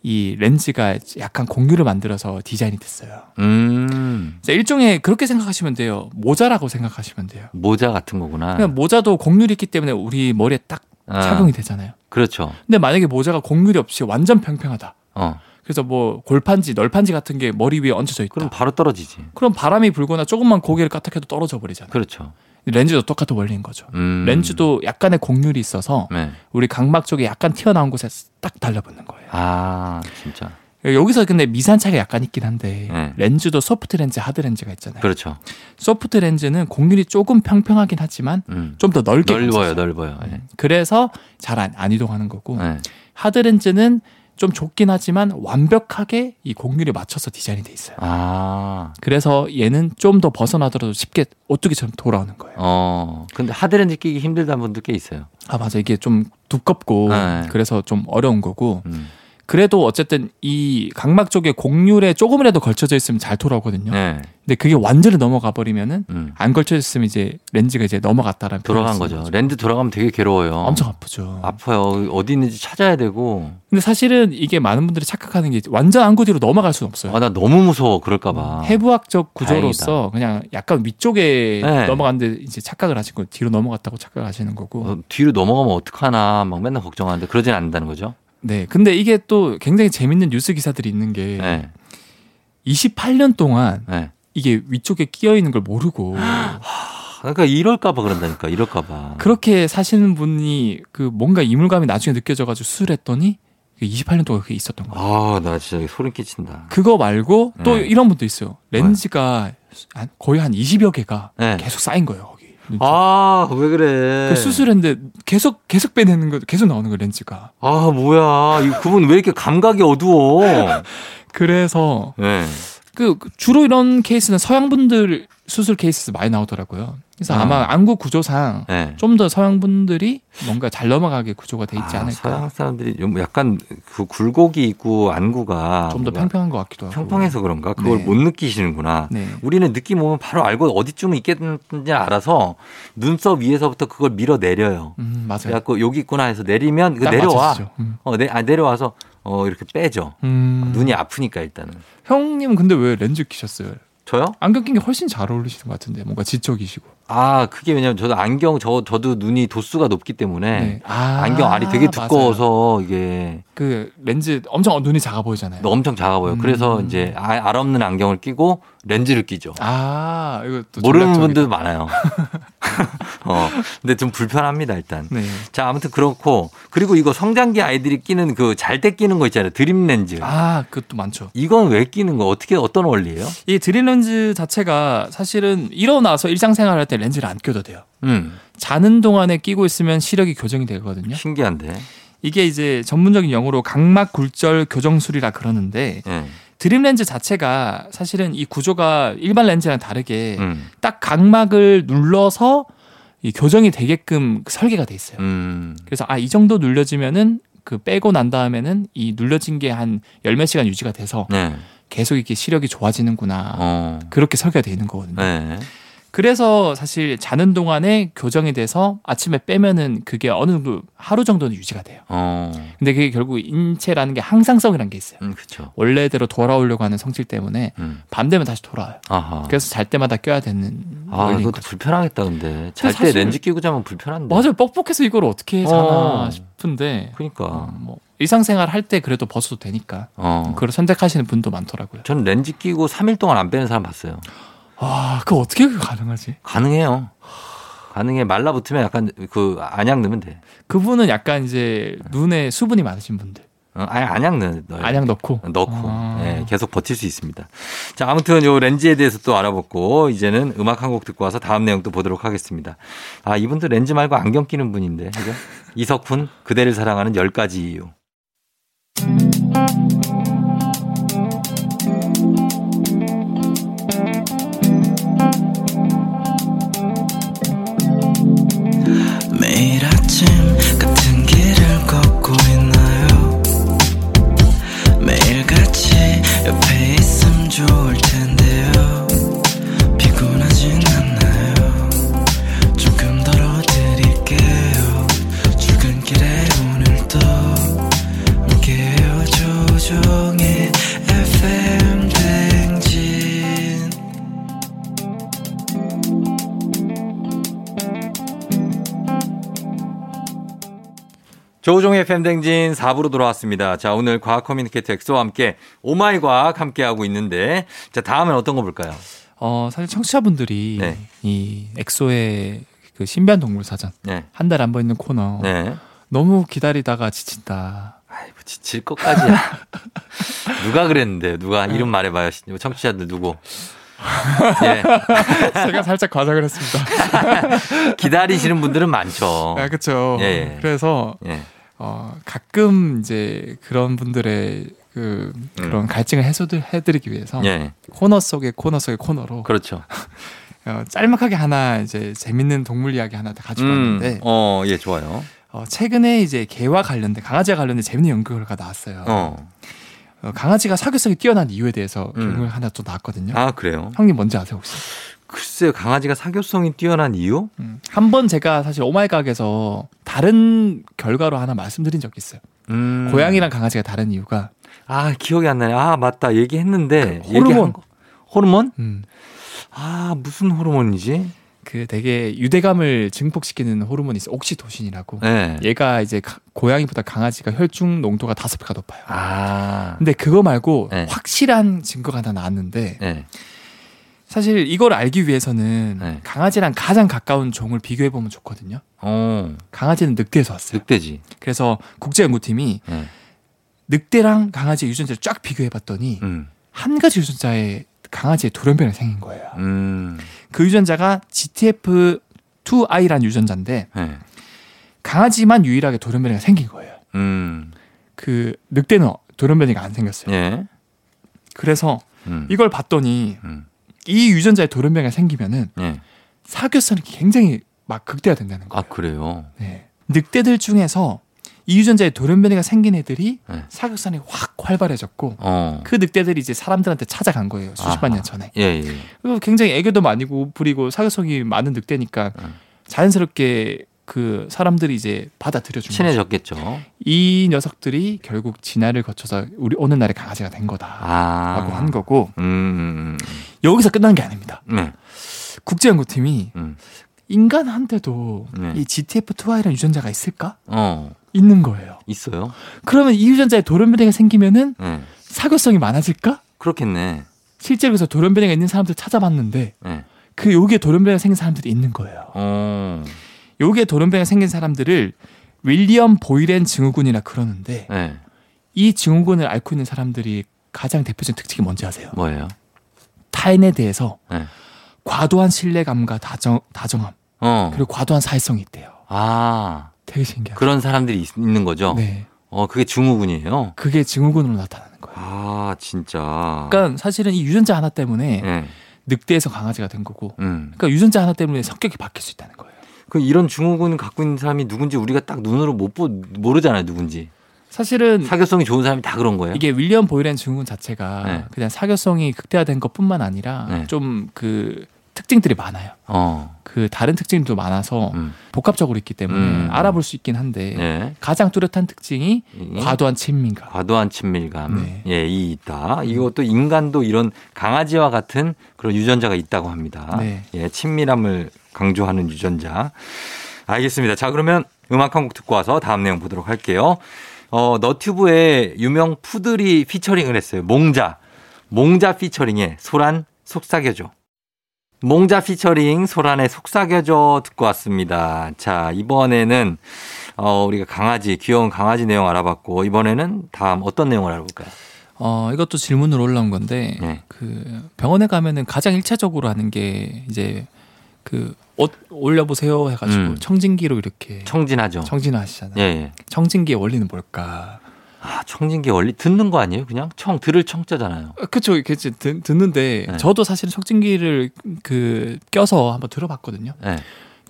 S7: 이 렌즈가 약간 곡률을 만들어서 디자인이 됐어요.
S1: 음.
S7: 자, 일종의 그렇게 생각하시면 돼요. 모자라고 생각하시면 돼요.
S1: 모자 같은 거구나.
S7: 그냥 모자도 곡률이 있기 때문에 우리 머리에 딱
S1: 아,
S7: 착용이 되잖아요.
S1: 그렇죠.
S7: 근데 만약에 모자가 곡률이 없이 완전 평평하다.
S1: 어.
S7: 그래서 뭐 골판지, 널판지 같은 게 머리 위에 얹혀져 있다.
S1: 그럼
S7: 그럼,
S1: 바로 떨어지지.
S7: 바람이 불거나 조금만 고개를 까딱해도 떨어져 버리잖아요.
S1: 그렇죠.
S7: 렌즈도 똑같은 원리인 거죠.
S1: 음.
S7: 렌즈도 약간의 곡률이 있어서
S1: 네.
S7: 우리 각막 쪽에 약간 튀어나온 곳에 딱 달라붙는 거예요.
S1: 아, 진짜.
S7: 여기서 근데 미세한 차이가 약간 있긴 한데
S1: 네.
S7: 렌즈도 소프트 렌즈, 하드 렌즈가 있잖아요.
S1: 그렇죠.
S7: 소프트 렌즈는 곡률이 조금 평평하긴 하지만
S1: 음.
S7: 좀 더 넓게
S1: 넓어요,
S7: 감싸져요. 네. 음.
S1: 넓어요. 예.
S7: 그래서 잘 안 이동하는 거고
S1: 예.
S7: 하드 렌즈는 좀 좁긴 하지만 완벽하게 이 곡률에 맞춰서 디자인이 돼 있어요.
S1: 아,
S7: 그래서 얘는 좀 더 벗어나더라도 쉽게 오뚜기처럼 돌아오는 거예요.
S1: 어. 근데 하드렌즈 끼기 힘들다는 분도 꽤 있어요.
S7: 아 맞아 이게 좀 두껍고
S1: 네.
S7: 그래서 좀 어려운 거고
S1: 음.
S7: 그래도 어쨌든 이 각막 쪽에 곡률에 조금이라도 걸쳐져 있으면 잘 돌아오거든요.
S1: 네.
S7: 근데 그게 완전히 넘어가 버리면은
S1: 음.
S7: 안 걸쳐 있으면 이제 렌즈가 이제 넘어갔다라는
S1: 돌아간
S7: 표현을 쓰는
S1: 거죠. 렌즈 돌아가면 되게 괴로워요.
S7: 엄청 아프죠.
S1: 아파요. 어디 있는지 찾아야 되고.
S7: 근데 사실은 이게 많은 분들이 착각하는 게 완전 안구 뒤로 넘어갈 수는 없어요.
S1: 아, 나 너무 무서워. 그럴까봐.
S7: 음. 해부학적 구조로서 그냥 약간 위쪽에
S1: 네.
S7: 넘어갔는데 이제 착각을 하신 거 뒤로 넘어갔다고 착각하시는 거고.
S1: 어, 뒤로 넘어가면 어떡하나 막 맨날 걱정하는데 그러진 않는다는 거죠.
S7: 네. 근데 이게 또 굉장히 재밌는 뉴스 기사들이 있는 게
S1: 네.
S7: 28년 동안
S1: 네.
S7: 이게 위쪽에 끼어 있는 걸
S1: <gasps>
S7: 모르고
S1: 그러니까 이럴까봐 그런다니까. 이럴까봐.
S7: 그렇게 사시는 분이 그 뭔가 이물감이 나중에 느껴져 가지고 수술했더니 28년 동안 그게 있었던 거예요.
S1: 아, 나 진짜 이게 소름 끼친다.
S7: 그거 말고 또
S1: 네.
S7: 이런 분도 있어요. 렌즈가 한- 거의 한 20여 개가
S1: 네.
S7: 계속 쌓인 거예요, 거기. 눈 쪽에.
S1: 아, 왜 그래.
S7: 그 수술했는데 계속 계속 빼내는 거 계속 나오는 거 렌즈가.
S1: 아, 뭐야. 이 구분 왜 이렇게 감각이 어두워.
S7: 그래서
S1: 네.
S7: 그 주로 이런 케이스는 서양 분들 수술 케이스 많이 나오더라고요. 그래서
S1: 아.
S7: 아마 안구 구조상
S1: 네.
S7: 좀 더 서양 분들이 뭔가 잘 넘어가게 구조가 돼 있지
S1: 아,
S7: 않을까.
S1: 서양 사람들이 좀 약간 그 굴곡이 있고 안구가
S7: 좀 더
S1: 뭔가
S7: 평평한 것 같기도 하고.
S1: 평평해서 그런가? 그걸
S7: 네.
S1: 못 느끼시는구나.
S7: 네.
S1: 우리는 느낌 오면 바로 알고 어디쯤 있겠는지 알아서 눈썹 위에서부터 그걸 밀어 내려요.
S7: 음, 맞아요.
S1: 그래갖고 여기 있구나 해서 내리면 그
S7: 딱
S1: 내려와.
S7: 맞춰지죠. 음.
S1: 어, 내, 아, 내려와서 어, 이렇게 빼죠.
S7: 음.
S1: 눈이 아프니까 일단은.
S7: 형님 근데 왜 렌즈 끼셨어요?
S1: 저요?
S7: 안경 낀 게 훨씬 잘 어울리시는 것 같은데 뭔가 지쳐 계시고.
S1: 아, 그게 왜냐면 저도 안경 저 저도 눈이 도수가 높기 때문에
S7: 네. 아,
S1: 안경 알이 되게
S7: 맞아요.
S1: 두꺼워서 이게
S7: 그 렌즈 엄청 눈이 작아 보이잖아요.
S1: 엄청 작아 보여. 요
S7: 음.
S1: 그래서 이제 아- 알 없는 안경을 끼고 렌즈를 끼죠.
S7: 아 이거 또
S1: 모르는
S7: 전략적이다.
S1: 분들
S7: <laughs>
S1: 많아요. 어, 근데 좀 불편합니다 일단.
S7: 네.
S1: 자 아무튼 그렇고 그리고 이거 성장기 아이들이 끼는 그 잘 때 끼는 거 있잖아요. 드림 렌즈.
S7: 아 그것도 많죠.
S1: 이건 왜 끼는 거? 어떻게 어떤 원리예요?
S7: 이 드림렌즈 자체가 사실은 일어나서 일상생활 할 때 렌즈를 안 껴도 돼요.
S1: 음,
S7: 자는 동안에 끼고 있으면 시력이 교정이 되거든요.
S1: 신기한데. 예.
S7: 이게 이제 전문적인 용어로 각막 굴절 교정술이라 그러는데
S1: 예.
S7: 드림렌즈 자체가 사실은 이 구조가 일반 렌즈랑 다르게
S1: 음,
S7: 딱 각막을 눌러서 이 교정이 되게끔 그 설계가 돼 있어요.
S1: 음,
S7: 그래서 아 이 정도 눌려지면은 그 빼고 난 다음에는 이 눌려진 게 한 열 몇 시간 유지가 돼서
S1: 네.
S7: 계속 이렇게 시력이 좋아지는구나
S1: 어,
S7: 그렇게 설계가 돼 있는 거거든요.
S1: 네.
S7: 그래서 사실 자는 동안에 교정이 돼서 아침에 빼면은 그게 어느 정도 하루 정도는 유지가 돼요.
S1: 어,
S7: 근데 그게 결국 인체라는 게 항상성이라는 게 있어요.
S1: 음, 그렇죠.
S7: 원래대로 돌아오려고 하는 성질 때문에
S1: 음,
S7: 밤 되면 다시 돌아와요.
S1: 아하.
S7: 그래서 잘 때마다 껴야 되는
S1: 아,
S7: 원리인
S1: 이것도
S7: 거죠.
S1: 불편하겠다, 근데. 잘 때
S7: 사실-
S1: 렌즈 끼고 자면 불편한데.
S7: 맞아요. 뻑뻑해서 이걸 어떻게
S1: 네. 어.
S7: 사나 싶은데 어,
S1: 그러니까.
S7: 뭐 일상생활 할 때 그래도 벗어도 되니까
S1: 어.
S7: 그걸 선택하시는 분도 많더라고요.
S1: 저는 렌즈 끼고 3일 동안 안 빼는 사람 봤어요.
S7: 와, 아, 그거 어떻게 가능하지?
S1: 가능해요. 가능해. 말라붙으면 약간 그 안약 넣으면 돼.
S7: 그분은 약간 이제 눈에 수분이 많으신 분들
S1: 어, 아니, 안약 넣어요.
S7: 안약 넣고
S1: 넣고
S7: 아.
S1: 예, 계속 버틸 수 있습니다. 자 아무튼 요 렌즈에 대해서 또 알아봤고 이제는 음악 한 곡 듣고 와서 다음 내용 또 보도록 하겠습니다. 아 이분도 렌즈 말고 안경 끼는 분인데
S7: <laughs>
S1: 그죠? 이석훈 그대를 사랑하는 10가지 이유.
S4: 매일 아침 같은 길을 걷고 있나요 매일 같이 옆에 있음 좋을 텐데요 피곤하진 않나요 조금 덜어드릴게요 출근길에 오늘도 함께해요 조종의 FM 댕진
S1: 조종의 팬댕진 4부로 돌아왔습니다. 자 오늘 과학 커뮤니케이터 엑소와 함께 오마이 과학 함께 하고 있는데 자 다음은 어떤 거 볼까요?
S7: 어, 사실 청취자분들이
S1: 네.
S7: 이 엑소의 그 신비한 동물 사전
S1: 네.
S7: 한 달에 한 번 있는 코너
S1: 네.
S7: 너무 기다리다가 지친다. <laughs>
S1: 아이고 뭐 지칠 것까지야. <laughs> 누가 그랬는데 누가 이름 말해봐요. 청취자들 누구? 예.
S7: 제가 살짝 과장을 했습니다.
S1: 기다리시는 분들은 많죠.
S7: 아, 그렇죠.
S1: 예, 예.
S7: 그래서
S1: 예.
S7: 어, 가끔 이제 그런 분들의 그 그런 갈증을 해소들 해드리기 위해서
S1: 음. 예.
S7: 코너 속의 코너 속의 코너로
S1: 그렇죠.
S7: 어, 짤막하게 하나 이제 재밌는 동물 이야기 하나 다 가지고
S1: 음,
S7: 왔는데
S1: 어, 예, 좋아요.
S7: 어, 최근에 이제 개와 관련된 강아지와 관련된 재밌는 연구 결과가 나왔어요.
S1: 어.
S7: 어, 강아지가 사교성이 뛰어난 이유에 대해서
S1: 음.
S7: 결과가 하나 또 나왔거든요.
S1: 아, 그래요?
S7: 형님 뭔지 아세요 혹시?
S1: 글쎄요, 강아지가 사교성이 뛰어난 이유?
S7: 음. 한 번 제가 사실 오마이갓에서 다른 결과로 하나 말씀드린 적이 있어요.
S1: 음.
S7: 고양이랑 강아지가 다른 이유가
S1: 아, 기억이 안 나네. 아, 맞다. 얘기했는데.
S7: 그 호르몬.
S1: 얘기한 거- 호르몬?
S7: 음,
S1: 아, 무슨 호르몬이지?
S7: 그 되게 유대감을 증폭시키는 호르몬이 있어 요 옥시토신이라고.
S1: 예.
S7: 얘가 이제 가- 고양이보다 강아지가 혈중 농도가 다섯 배가 높아요.
S1: 아.
S7: 근데 그거 말고
S1: 네.
S7: 확실한 증거가 하나 나왔는데
S1: 예.
S7: 사실 이걸 알기 위해서는
S1: 네.
S7: 강아지랑 가장 가까운 종을 비교해 보면 좋거든요.
S1: 어,
S7: 강아지는 늑대에서 왔어요.
S1: 늑대지.
S7: 그래서 국제연구팀이
S1: 예.
S7: 늑대랑 강아지 유전자를 쫙 비교해 봤더니
S1: 음.
S7: 한 가지 유전자에 강아지의 돌연변이 생긴 거예요.
S1: 음.
S7: 그 유전자가 GTF2I라는 유전자인데
S1: 예.
S7: 강아지만 유일하게 돌연변이가 생긴 거예요.
S1: 음.
S7: 그 늑대는 돌연변이가 안 생겼어요.
S1: 예.
S7: 그래서
S1: 음.
S7: 이걸 봤더니
S1: 음.
S7: 이 유전자에 돌연변이가 생기면은
S1: 예.
S7: 사교성이 굉장히 막 극대화된다는
S1: 아,
S7: 거예요.
S1: 그래요?
S7: 네. 늑대들 중에서 이 유전자에 돌연변이가 생긴 애들이
S1: 네.
S7: 사교성이 확 활발해졌고
S1: 어.
S7: 그 늑대들이 이제 사람들한테 찾아간 거예요. 수십만
S1: 아하.
S7: 년 전에.
S1: 예, 예.
S7: 그리고 굉장히 애교도 많이 부리고 사교성이 많은 늑대니까
S1: 음.
S7: 자연스럽게 그 사람들이 이제 받아들여준 거죠.
S1: 친해졌겠죠.
S7: 이 녀석들이 결국 진화를 거쳐서 우리 오늘날의 강아지가 된 거다라고
S1: 아.
S7: 한 거고
S1: 음, 음,
S7: 여기서 끝난 게 아닙니다.
S1: 음. 네.
S7: 국제연구팀이
S1: 음.
S7: 인간한테도
S1: 네.
S7: 이 GTF2I라는 유전자가 있을까?
S1: 어,
S7: 있는 거예요.
S1: 있어요.
S7: 그러면 이 유전자에 돌연변이가 생기면은
S1: 네.
S7: 사교성이 많아질까?
S1: 그렇겠네.
S7: 실제로 그래서 돌연변이가 있는 사람들 찾아봤는데
S1: 네.
S7: 그 여기에 돌연변이가 생긴 사람들이 있는 거예요.
S1: 어,
S7: 여기에 돌연변이가 생긴 사람들을 윌리엄 보이렌 증후군이라 그러는데
S1: 네.
S7: 이 증후군을 앓고 있는 사람들이 가장 대표적인 특징이 뭔지 아세요?
S1: 뭐예요?
S7: 타인에 대해서
S1: 네.
S7: 과도한 신뢰감과 다정, 다정함
S1: 어.
S7: 그리고 과도한 사회성이 있대요.
S1: 아,
S7: 되게 신기해요.
S1: 그런 사람들이 있, 는 거죠?
S7: 네,
S1: 어, 그게 증후군이에요?
S7: 그게 증후군으로 나타나는 거예요.
S1: 아, 진짜.
S7: 그러니까 사실은 이 유전자 하나 때문에
S1: 네.
S7: 늑대에서 강아지가 된 거고
S1: 음.
S7: 그러니까 유전자 하나 때문에 성격이 바뀔 수 있다는 거예요.
S1: 그 이런 증후군 갖고 있는 사람이 누군지 우리가 딱 눈으로 못 보, 모르잖아요, 누군지.
S7: 사실은
S1: 사교성이 좋은 사람이 다 그런 거예요?
S7: 음. 이게 윌리엄 보이렌 증후군 자체가
S1: 네.
S7: 그냥 사교성이 극대화된 것뿐만 아니라
S1: 네.
S7: 좀 그 특징들이 많아요.
S1: 어.
S7: 그 다른 특징도 많아서
S1: 음.
S7: 복합적으로 있기 때문에
S1: 음.
S7: 알아볼 수 있긴 한데
S1: 네.
S7: 가장 뚜렷한 특징이
S1: 이-
S7: 과도한 친밀감.
S1: 과도한 친밀감.
S7: 네.
S1: 예, 이 있다. 이것도 인간도 이런 강아지와 같은 그런 유전자가 있다고 합니다.
S7: 네.
S1: 예, 친밀함을 강조하는 유전자. 알겠습니다. 자, 그러면 음악 한 곡 듣고 와서 다음 내용 보도록 할게요. 어, 너튜브에 유명 푸들이 피처링을 했어요. 몽자. 몽자 피처링에 소란 속삭여줘. 몽자 피처링 소란의 속삭여줘 듣고 왔습니다. 자, 이번에는 어, 우리가 강아지, 귀여운 강아지 내용 알아봤고, 이번에는 다음 어떤 내용을 알아볼까요?
S7: 어, 이것도 질문으로 올라온 건데
S1: 네.
S7: 그 병원에 가면은 가장 일차적으로 하는 게 이제 그 옷 올려보세요 해가지고
S1: 음.
S7: 청진기로 이렇게
S1: 청진하죠.
S7: 청진하시잖아요.
S1: 예, 예.
S7: 청진기의 원리는 뭘까?
S1: 아, 청진기 원리 듣는 거 아니에요? 그냥 청들을 청자잖아요.
S7: 그렇죠. 이렇게 이제 듣- 듣는데
S1: 네.
S7: 저도 사실 청진기를 그 껴서 한번 들어봤거든요.
S1: 예.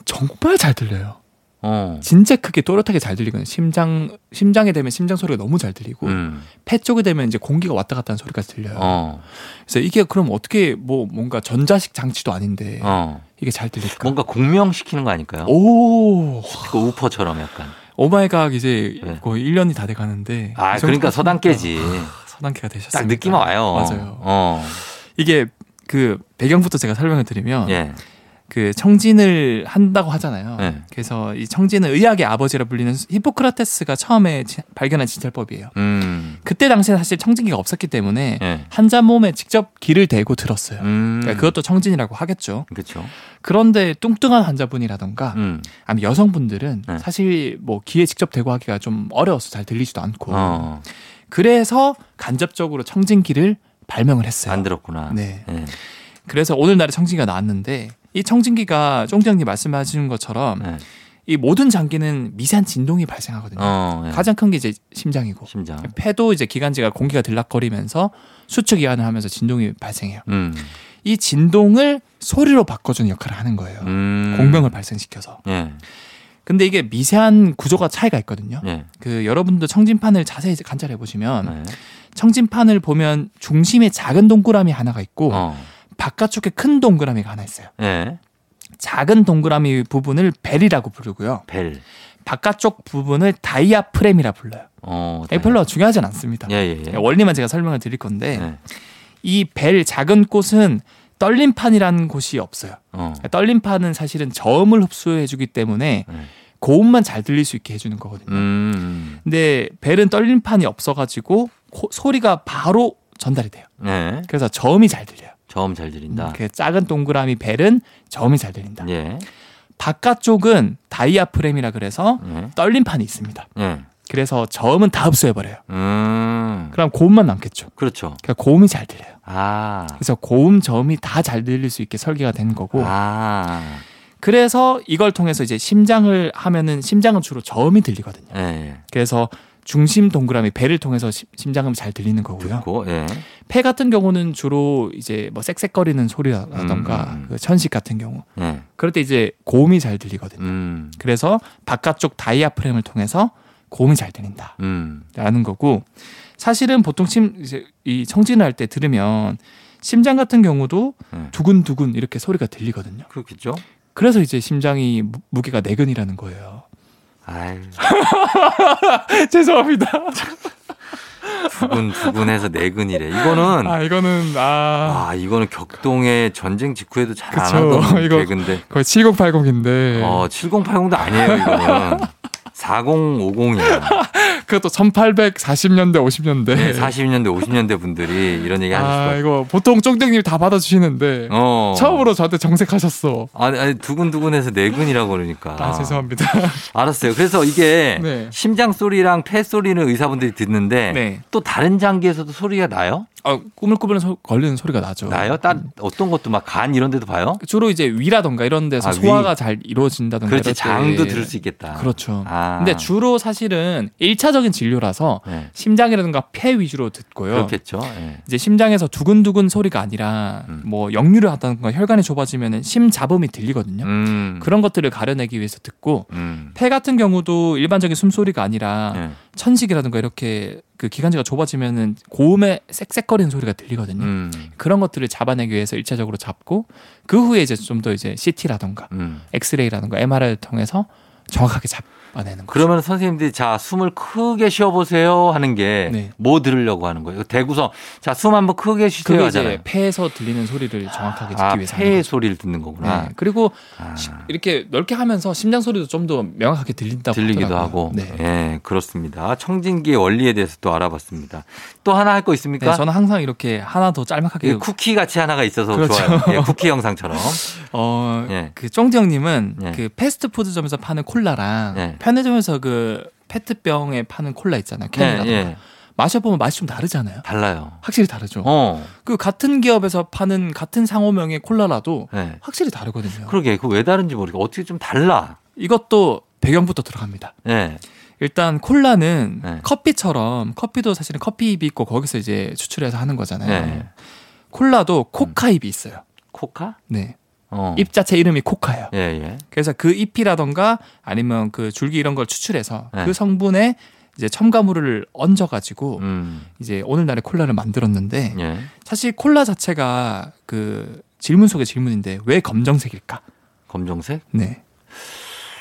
S7: 정말 잘 들려요.
S1: 어.
S7: 진짜 크게 또렷하게 잘 들리거든요. 심장 심장에 되면 심장 소리가 너무 잘 들리고
S1: 음.
S7: 폐 쪽에 되면 이제 공기가 왔다 갔다 하는 소리가 들려요.
S1: 어.
S7: 그래서 이게 그럼 어떻게 뭐 뭔가 전자식 장치도 아닌데
S1: 어.
S7: 이게 잘 들릴까?
S1: 뭔가 공명시키는 거 아닐까요?
S7: 예. 오
S1: 그 우퍼처럼 약간.
S7: 오마이갓 이제
S1: 네.
S7: 거의 1년이 다 돼 가는데 아,
S1: 아, 그러니까 서당깨지.
S7: 서단계가 되셨어요.
S1: 딱 느낌만 와요.
S7: 맞아요.
S1: 어.
S7: 이게 그 배경부터 제가 설명해 드리면
S1: 예.
S7: 그 청진을 한다고 하잖아요.
S1: 네.
S7: 그래서 이 청진은 의학의 아버지라 불리는 히포크라테스가 처음에 지- 발견한 진찰법이에요.
S1: 음.
S7: 그때 당시에 사실 청진기가 없었기 때문에
S1: 예.
S7: 환자 몸에 직접 기를 대고 들었어요.
S1: 음.
S7: 그러니까 그것도 청진이라고 하겠죠.
S1: 그렇죠.
S7: 그런데 뚱뚱한 환자분이라던가
S1: 음.
S7: 아니 여성분들은
S1: 네.
S7: 사실 뭐 귀에 직접 대고 하기가 좀 어려워서 잘 들리지도 않고
S1: 어.
S7: 그래서 간접적으로 청진기를 발명을 했어요.
S1: 만들었구나.
S7: 네.
S1: 예.
S7: 그래서 오늘날에 청진기가 나왔는데 이 청진기가 쫑장님 말씀하신 것처럼
S1: 예.
S7: 이 모든 장기는 미세한 진동이 발생하거든요.
S1: 어. 예.
S7: 가장 큰 게 이제 심장이고
S1: 심장.
S7: 폐도 이제 기관지가 공기가 들락거리면서 수축 이완을 하면서 진동이 발생해요.
S1: 음.
S7: 이 진동을 소리로 바꿔주는 역할을 하는 거예요.
S1: 음.
S7: 공명을 발생시켜서.
S1: 예.
S7: 근데 이게 미세한 구조가 차이가 있거든요.
S1: 예.
S7: 그 여러분도 청진판을 자세히 관찰해 보시면
S1: 네.
S7: 청진판을 보면 중심에 작은 동그라미 하나가 있고
S1: 어.
S7: 바깥쪽에 큰 동그라미가 하나 있어요.
S1: 예.
S7: 작은 동그라미 부분을 벨이라고 부르고요.
S1: 벨.
S7: 바깥쪽 부분을 다이아프렘이라 불러요.
S1: 어.
S7: 이게 별로 중요하진 않습니다. 네,
S1: 예, 예, 예.
S7: 원리만 제가 설명을 드릴 건데
S1: 예.
S7: 이 벨 작은 꽃은 떨림판이라는 곳이 없어요.
S1: 어.
S7: 떨림판은 사실은 저음을 흡수해주기 때문에
S1: 네.
S7: 고음만 잘 들릴 수 있게 해주는 거거든요.
S1: 음.
S7: 근데 벨은 떨림판이 없어가지고 코- 소리가 바로 전달이 돼요.
S1: 네.
S7: 그래서 저음이 잘 들려요.
S1: 저음 잘 들린다.
S7: 그 작은 동그라미 벨은 저음이 잘 들린다.
S1: 네. 예.
S7: 바깥쪽은 다이아프렘이라 그래서
S1: 예.
S7: 떨림판이 있습니다.
S1: 예.
S7: 그래서 저음은 다 흡수해버려요.
S1: 음.
S7: 그럼 고음만 남겠죠.
S1: 그렇죠.
S7: 그러니까 고음이 잘 들려요.
S1: 아.
S7: 그래서 고음, 저음이 다 잘 들릴 수 있게 설계가 된 거고.
S1: 아.
S7: 그래서 이걸 통해서 이제 심장을 하면은 심장은 주로 저음이 들리거든요.
S1: 예, 예.
S7: 그래서 중심 동그라미 배를 통해서 시- 심장음이 잘 들리는 거고요.
S1: 고 예.
S7: 폐 같은 경우는 주로 이제 뭐 쌕쌕거리는 소리라던가
S1: 음.
S7: 그 천식 같은 경우
S1: 예.
S7: 그럴 때 이제 고음이 잘 들리거든요.
S1: 음.
S7: 그래서 바깥쪽 다이아프렘을 통해서 고음이 잘 들린다라는
S1: 음.
S7: 거고 사실은 보통 심 이제 이 청진을 할 때 들으면 심장 같은 경우도
S1: 네.
S7: 두근두근 이렇게 소리가 들리거든요.
S1: 그렇겠죠?
S7: 그래서 이제 심장이 무- 무게가 네 내근이라는 거예요. <laughs>
S1: 아유,
S7: 죄송합니다.
S1: 두근 두근해서 내근이래. 이거는
S7: 아 이거는 아
S1: 아 이거는 격동의 전쟁 직후에도 잘 안
S7: 그쵸.
S1: 하던
S7: <laughs> 이거- 네.
S1: 개근데
S7: 거의 7080인데
S1: 아. 어 7080도 아니에요 이거는 4050이야.
S7: 그것도 1840년대 50년대.
S1: 네, 40년대 50년대 분들이 이런 얘기 하실
S7: 아
S1: 거예요.
S7: 이거 보통 쫑땡님 다 받아주시는데
S1: 어.
S7: 처음으로 저한테 정색하셨어.
S1: 아니, 아니, 두근두근해서 내근이라고 그러니까.
S7: 아, 죄송합니다.
S1: <laughs> 알았어요. 그래서 이게
S7: <laughs> 네.
S1: 심장 소리랑 폐 소리는 의사분들이 듣는데
S7: 네.
S1: 또 다른 장기에서도 소리가 나요?
S7: 아 꾸물꾸물 소- 걸리는 소리가 나죠.
S1: 나요? 딴 어떤 것도 막 간 이런 데도 봐요?
S7: 주로 이제 위라던가 이런 데서
S1: 아, 위.
S7: 소화가 잘 이루어진다던가
S1: 그렇지
S7: 이럴 때
S1: 장도 들을 수 있겠다.
S7: 그렇죠.
S1: 아.
S7: 근데 주로 사실은 일차적인 진료라서
S1: 네.
S7: 심장이라든가 폐 위주로 듣고요.
S1: 그렇겠죠. 예.
S7: 이제 심장에서 두근두근 소리가 아니라
S1: 음.
S7: 뭐 역류를 하다든가 혈관이 좁아지면 심잡음이 들리거든요.
S1: 음.
S7: 그런 것들을 가려내기 위해서 듣고
S1: 음.
S7: 폐 같은 경우도 일반적인 숨소리가 아니라 네.
S1: 예.
S7: 천식이라든가 이렇게 그 기관지가 좁아지면은 고음의 쌕쌕거리는 소리가 들리거든요.
S1: 음.
S7: 그런 것들을 잡아내기 위해서 일차적으로 잡고 그 후에 이제 좀 더 이제 CT라든가
S1: 음.
S7: 엑스레이라든가 MRI를 통해서 정확하게 잡아내는 거죠.
S1: 그러면 선생님들이 자 숨을 크게 쉬어보세요 하는 게
S7: 네.
S1: 뭐 들으려고 하는 거예요? 대구서 자 숨 한번 크게 쉬세요
S7: 그게
S1: 하잖아요.
S7: 이제 폐에서 들리는 소리를 정확하게 듣기
S1: 아,
S7: 위해서 하는
S1: 폐의
S7: 거죠.
S1: 소리를 듣는 거구나.
S7: 네. 그리고
S1: 아,
S7: 시- 이렇게 넓게 하면서 심장 소리도 좀 더 명확하게 들린다고
S1: 들리기도
S7: 하더라고요.
S1: 하고.
S7: 아, 네.
S1: 예, 그렇습니다. 청진기의 원리에 대해서 또 알아봤습니다. 또 하나 할 거 있습니까? 그
S7: 네, 저는 항상 이렇게 하나 더 짤막하게
S1: 쿠키 그러니까 같이 하나가 있어서
S7: 그렇죠.
S1: 좋아요. 예, 쿠키
S7: <laughs>
S1: 영상처럼.
S7: 어,
S1: 예.
S7: 그 쫑디 형님은
S1: 예.
S7: 그 패스트푸드점에서 파는 콜라랑
S1: 예.
S7: 편의점에서 그 페트병에 파는 콜라 있잖아요.
S1: 예,
S7: 캔이라든가
S1: 예.
S7: 마셔보면 맛이 좀 다르잖아요.
S1: 달라요.
S7: 확실히 다르죠.
S1: 어.
S7: 그 같은 기업에서 파는 같은 상호명의 콜라라도
S1: 예.
S7: 확실히 다르거든요.
S1: 그러게 그 왜 다른지 모르겠고 어떻게 좀 달라.
S7: 이것도 배경부터 들어갑니다.
S1: 예.
S7: 일단 콜라는
S1: 네.
S7: 커피처럼 커피도 사실은 커피잎이 있고 거기서 이제 추출해서 하는 거잖아요.
S1: 네.
S7: 콜라도 코카잎이 있어요.
S1: 코카?
S7: 네.
S1: 음. 어.
S7: 잎 자체 이름이 코카예요.
S1: 예, 예.
S7: 그래서 그 잎이라던가 아니면 그 줄기 이런 걸 추출해서
S1: 네.
S7: 그 성분에 이제 첨가물을 얹어 가지고
S1: 음.
S7: 이제 오늘날의 콜라를 만들었는데
S1: 예.
S7: 사실 콜라 자체가 그 질문 속의 질문인데 왜 검정색일까?
S1: 검정색?
S7: 네.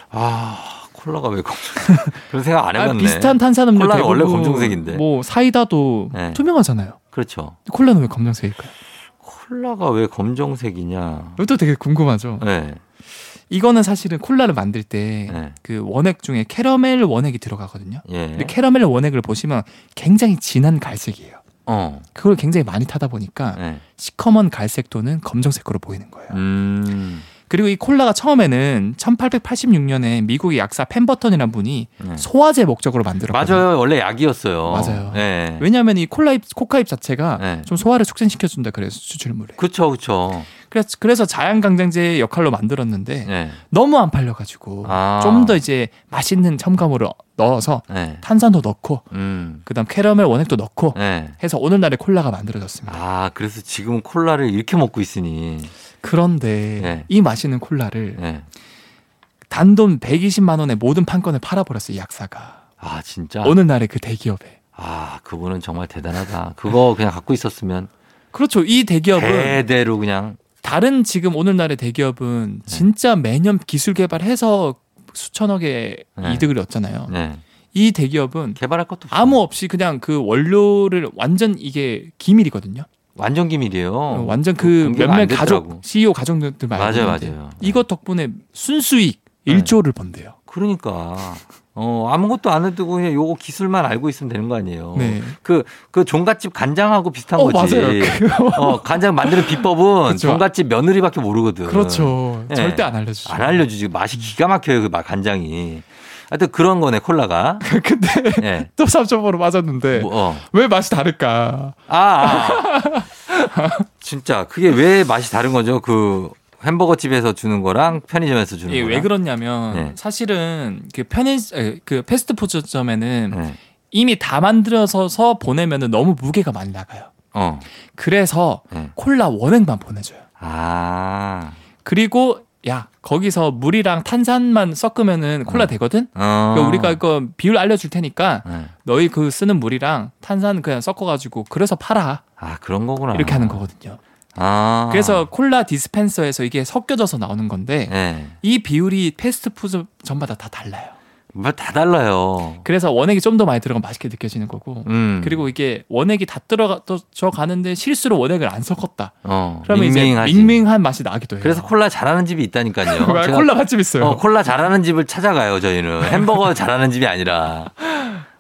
S1: 아, 콜라가 왜 검정색?
S7: <laughs>
S1: 그런 생각 안
S7: 아,
S1: 해봤네.
S7: 비슷한 탄산음료
S1: 콜라는
S7: 대부분
S1: 원래 검정색인데.
S7: 뭐 사이다도
S1: 네.
S7: 투명하잖아요.
S1: 그렇죠.
S7: 콜라는 왜 검정색일까요?
S1: 콜라가 왜 검정색이냐.
S7: 이것도 되게 궁금하죠.
S1: 예.
S7: 이거는 사실은 콜라를 만들 때 그
S1: 예.
S7: 원액 중에 캐러멜 원액이 들어가거든요.
S1: 예.
S7: 근데 캐러멜 원액을 보시면 굉장히 진한 갈색이에요.
S1: 어.
S7: 그걸 굉장히 많이 타다 보니까
S1: 예.
S7: 시커먼 갈색 또는 검정색으로 보이는 거예요.
S1: 음.
S7: 그리고 이 콜라가 처음에는 1886년에 미국의 약사 펜버턴이라는 분이
S1: 예.
S7: 소화제 목적으로 만들었거든요.
S1: 맞아요. 원래 약이었어요.
S7: 맞아요.
S1: 예.
S7: 왜냐하면 이 콜라잎, 코카잎 자체가
S1: 네.
S7: 좀 소화를 촉진시켜준다 그래서 추출물에.
S1: 그쵸, 그쵸.
S7: 그래서, 그래서 자양강장제의 역할로 만들었는데
S1: 예.
S7: 너무 안 팔려가지고
S1: 아.
S7: 좀 더 이제 맛있는 첨가물을 넣어서
S1: 예.
S7: 탄산도 넣고
S1: 음.
S7: 그다음 캐러멜 원액도 넣고
S1: 예.
S7: 해서 오늘날의 콜라가 만들어졌습니다.
S1: 아, 그래서 지금 콜라를 이렇게 먹고 있으니.
S7: 그런데
S1: 네.
S7: 이 맛있는 콜라를
S1: 예.
S7: 단돈 120만 원에 모든 판권을 팔아버렸어요 이 약사가
S1: 아, 진짜.
S7: 오늘날의 그 대기업에.
S1: 아, 그분은 정말 대단하다. 그거 그냥 갖고 있었으면
S7: 그렇죠. 이 대기업은
S1: 대대로 그냥
S7: 다른 지금 오늘날의 대기업은
S1: 네.
S7: 진짜 매년 기술 개발해서 수천억의
S1: 네.
S7: 이득을 얻잖아요.
S1: 예.
S7: 이 대기업은
S1: 개발할 것도 없어.
S7: 아무 없이 그냥 그 원료를 완전 이게 기밀이거든요.
S1: 완전 기밀이에요. 뭐
S7: 완전 그
S1: 어, 공개가
S7: 몇몇
S1: 안 됐더라고.
S7: 가족 CEO 가족들 말고
S1: 맞아요, 맞아요.
S7: 이것 덕분에 순수익
S1: 네.
S7: 1조를 번대요.
S1: 그러니까 어 아무것도 안 해도 그냥 요거 기술만 알고 있으면 되는 거 아니에요.
S7: 네.
S1: 그 그 종갓집 간장하고 비슷한
S7: 어
S1: 거지.
S7: 맞아요. 그-
S1: 어 간장 만드는 비법은
S7: 그쵸.
S1: 종갓집 며느리밖에 모르거든.
S7: 그렇죠.
S1: 네.
S7: 절대 안 알려주죠.
S1: 안 알려주지 맛이 기가 막혀요 그 마- 간장이. 하여튼 그런 거네 콜라가.
S7: <laughs> 근데
S1: 예.
S7: 또 3점으로 맞았는데
S1: 뭐, 어.
S7: 왜 맛이 다를까?
S1: 아, 아. 진짜 그게 왜 맛이 다른 거죠? 그 햄버거 집에서 주는 거랑 편의점에서 주는
S7: 이게
S1: 거랑.
S7: 예, 왜 그렇냐면
S1: 네.
S7: 사실은 그 편의 에, 그 패스트푸드점에는
S1: 네.
S7: 이미 다 만들어서 보내면은 너무 무게가 많이 나가요.
S1: 어.
S7: 그래서
S1: 네.
S7: 콜라 원액만 보내줘요.
S1: 아.
S7: 그리고 야 거기서 물이랑 탄산만 섞으면은 콜라 되거든.
S1: 어.
S7: 그러니까 우리가 이거 비율 알려줄 테니까
S1: 네.
S7: 너희 그 쓰는 물이랑 탄산 그냥 섞어가지고 그래서 팔아
S1: 아 그런 거구나.
S7: 이렇게 하는 거거든요.
S1: 아.
S7: 그래서 콜라 디스펜서에서 이게 섞여져서 나오는 건데
S1: 예.
S7: 이 비율이 패스트푸드 전마다 다 달라요.
S1: 뭐다 달라요.
S7: 그래서 원액이 좀 더 많이 들어가면 맛있게 느껴지는 거고
S1: 음.
S7: 그리고 이게 원액이 다 들어가져 가는데 실수로 원액을 안 섞었다.
S1: 어.
S7: 그러면
S1: 밍밍하지.
S7: 이제 밍밍한 맛이 나기도 해요.
S1: 그래서 콜라 잘하는 집이
S7: <laughs>
S1: 있다니까요.
S7: 아,
S1: 제가-
S7: 콜라 맛집 있어요.
S1: 어, 콜라 잘하는 집을 찾아가요,
S7: <laughs>
S1: 저희는. 햄버거 잘하는 집이 아니라.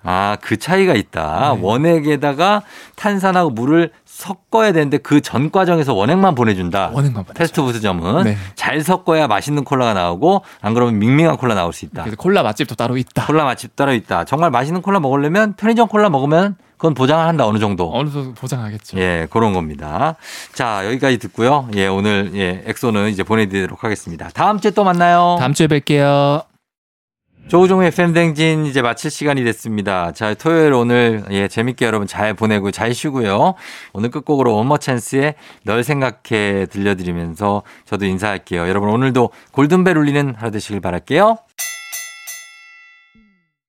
S1: 아, 그 차이가 있다.
S7: 네.
S1: 원액에다가 탄산하고 물을 섞어야 되는데 그 전 과정에서 원액만 보내준다.
S7: 원액만 보내.
S1: 테스트 부스점은
S7: 네.
S1: 잘 섞어야 맛있는 콜라가 나오고 안 그러면 밍밍한 콜라 나올 수 있다.
S7: 그래서 콜라 맛집도 따로 있다.
S1: 콜라 맛집 따로 있다. 정말 맛있는 콜라 먹으려면 편의점 콜라 먹으면 그건 보장을 한다 어느 정도.
S7: 어느 정도 보장하겠죠.
S1: 예, 그런 겁니다. 자, 여기까지 듣고요. 예, 오늘 예, 엑소는 이제 보내드리도록 하겠습니다. 다음 주에 또 만나요.
S7: 다음 주에 뵐게요.
S1: 조우종의 팬댕진 이제 마칠 시간이 됐습니다. 자, 토요일 오늘 예, 재밌게 여러분 잘 보내고 잘 쉬고요. 오늘 끝곡으로 원머 찬스의 널 생각해 들려드리면서 저도 인사할게요. 여러분 오늘도 골든벨 울리는 하루 되시길 바랄게요.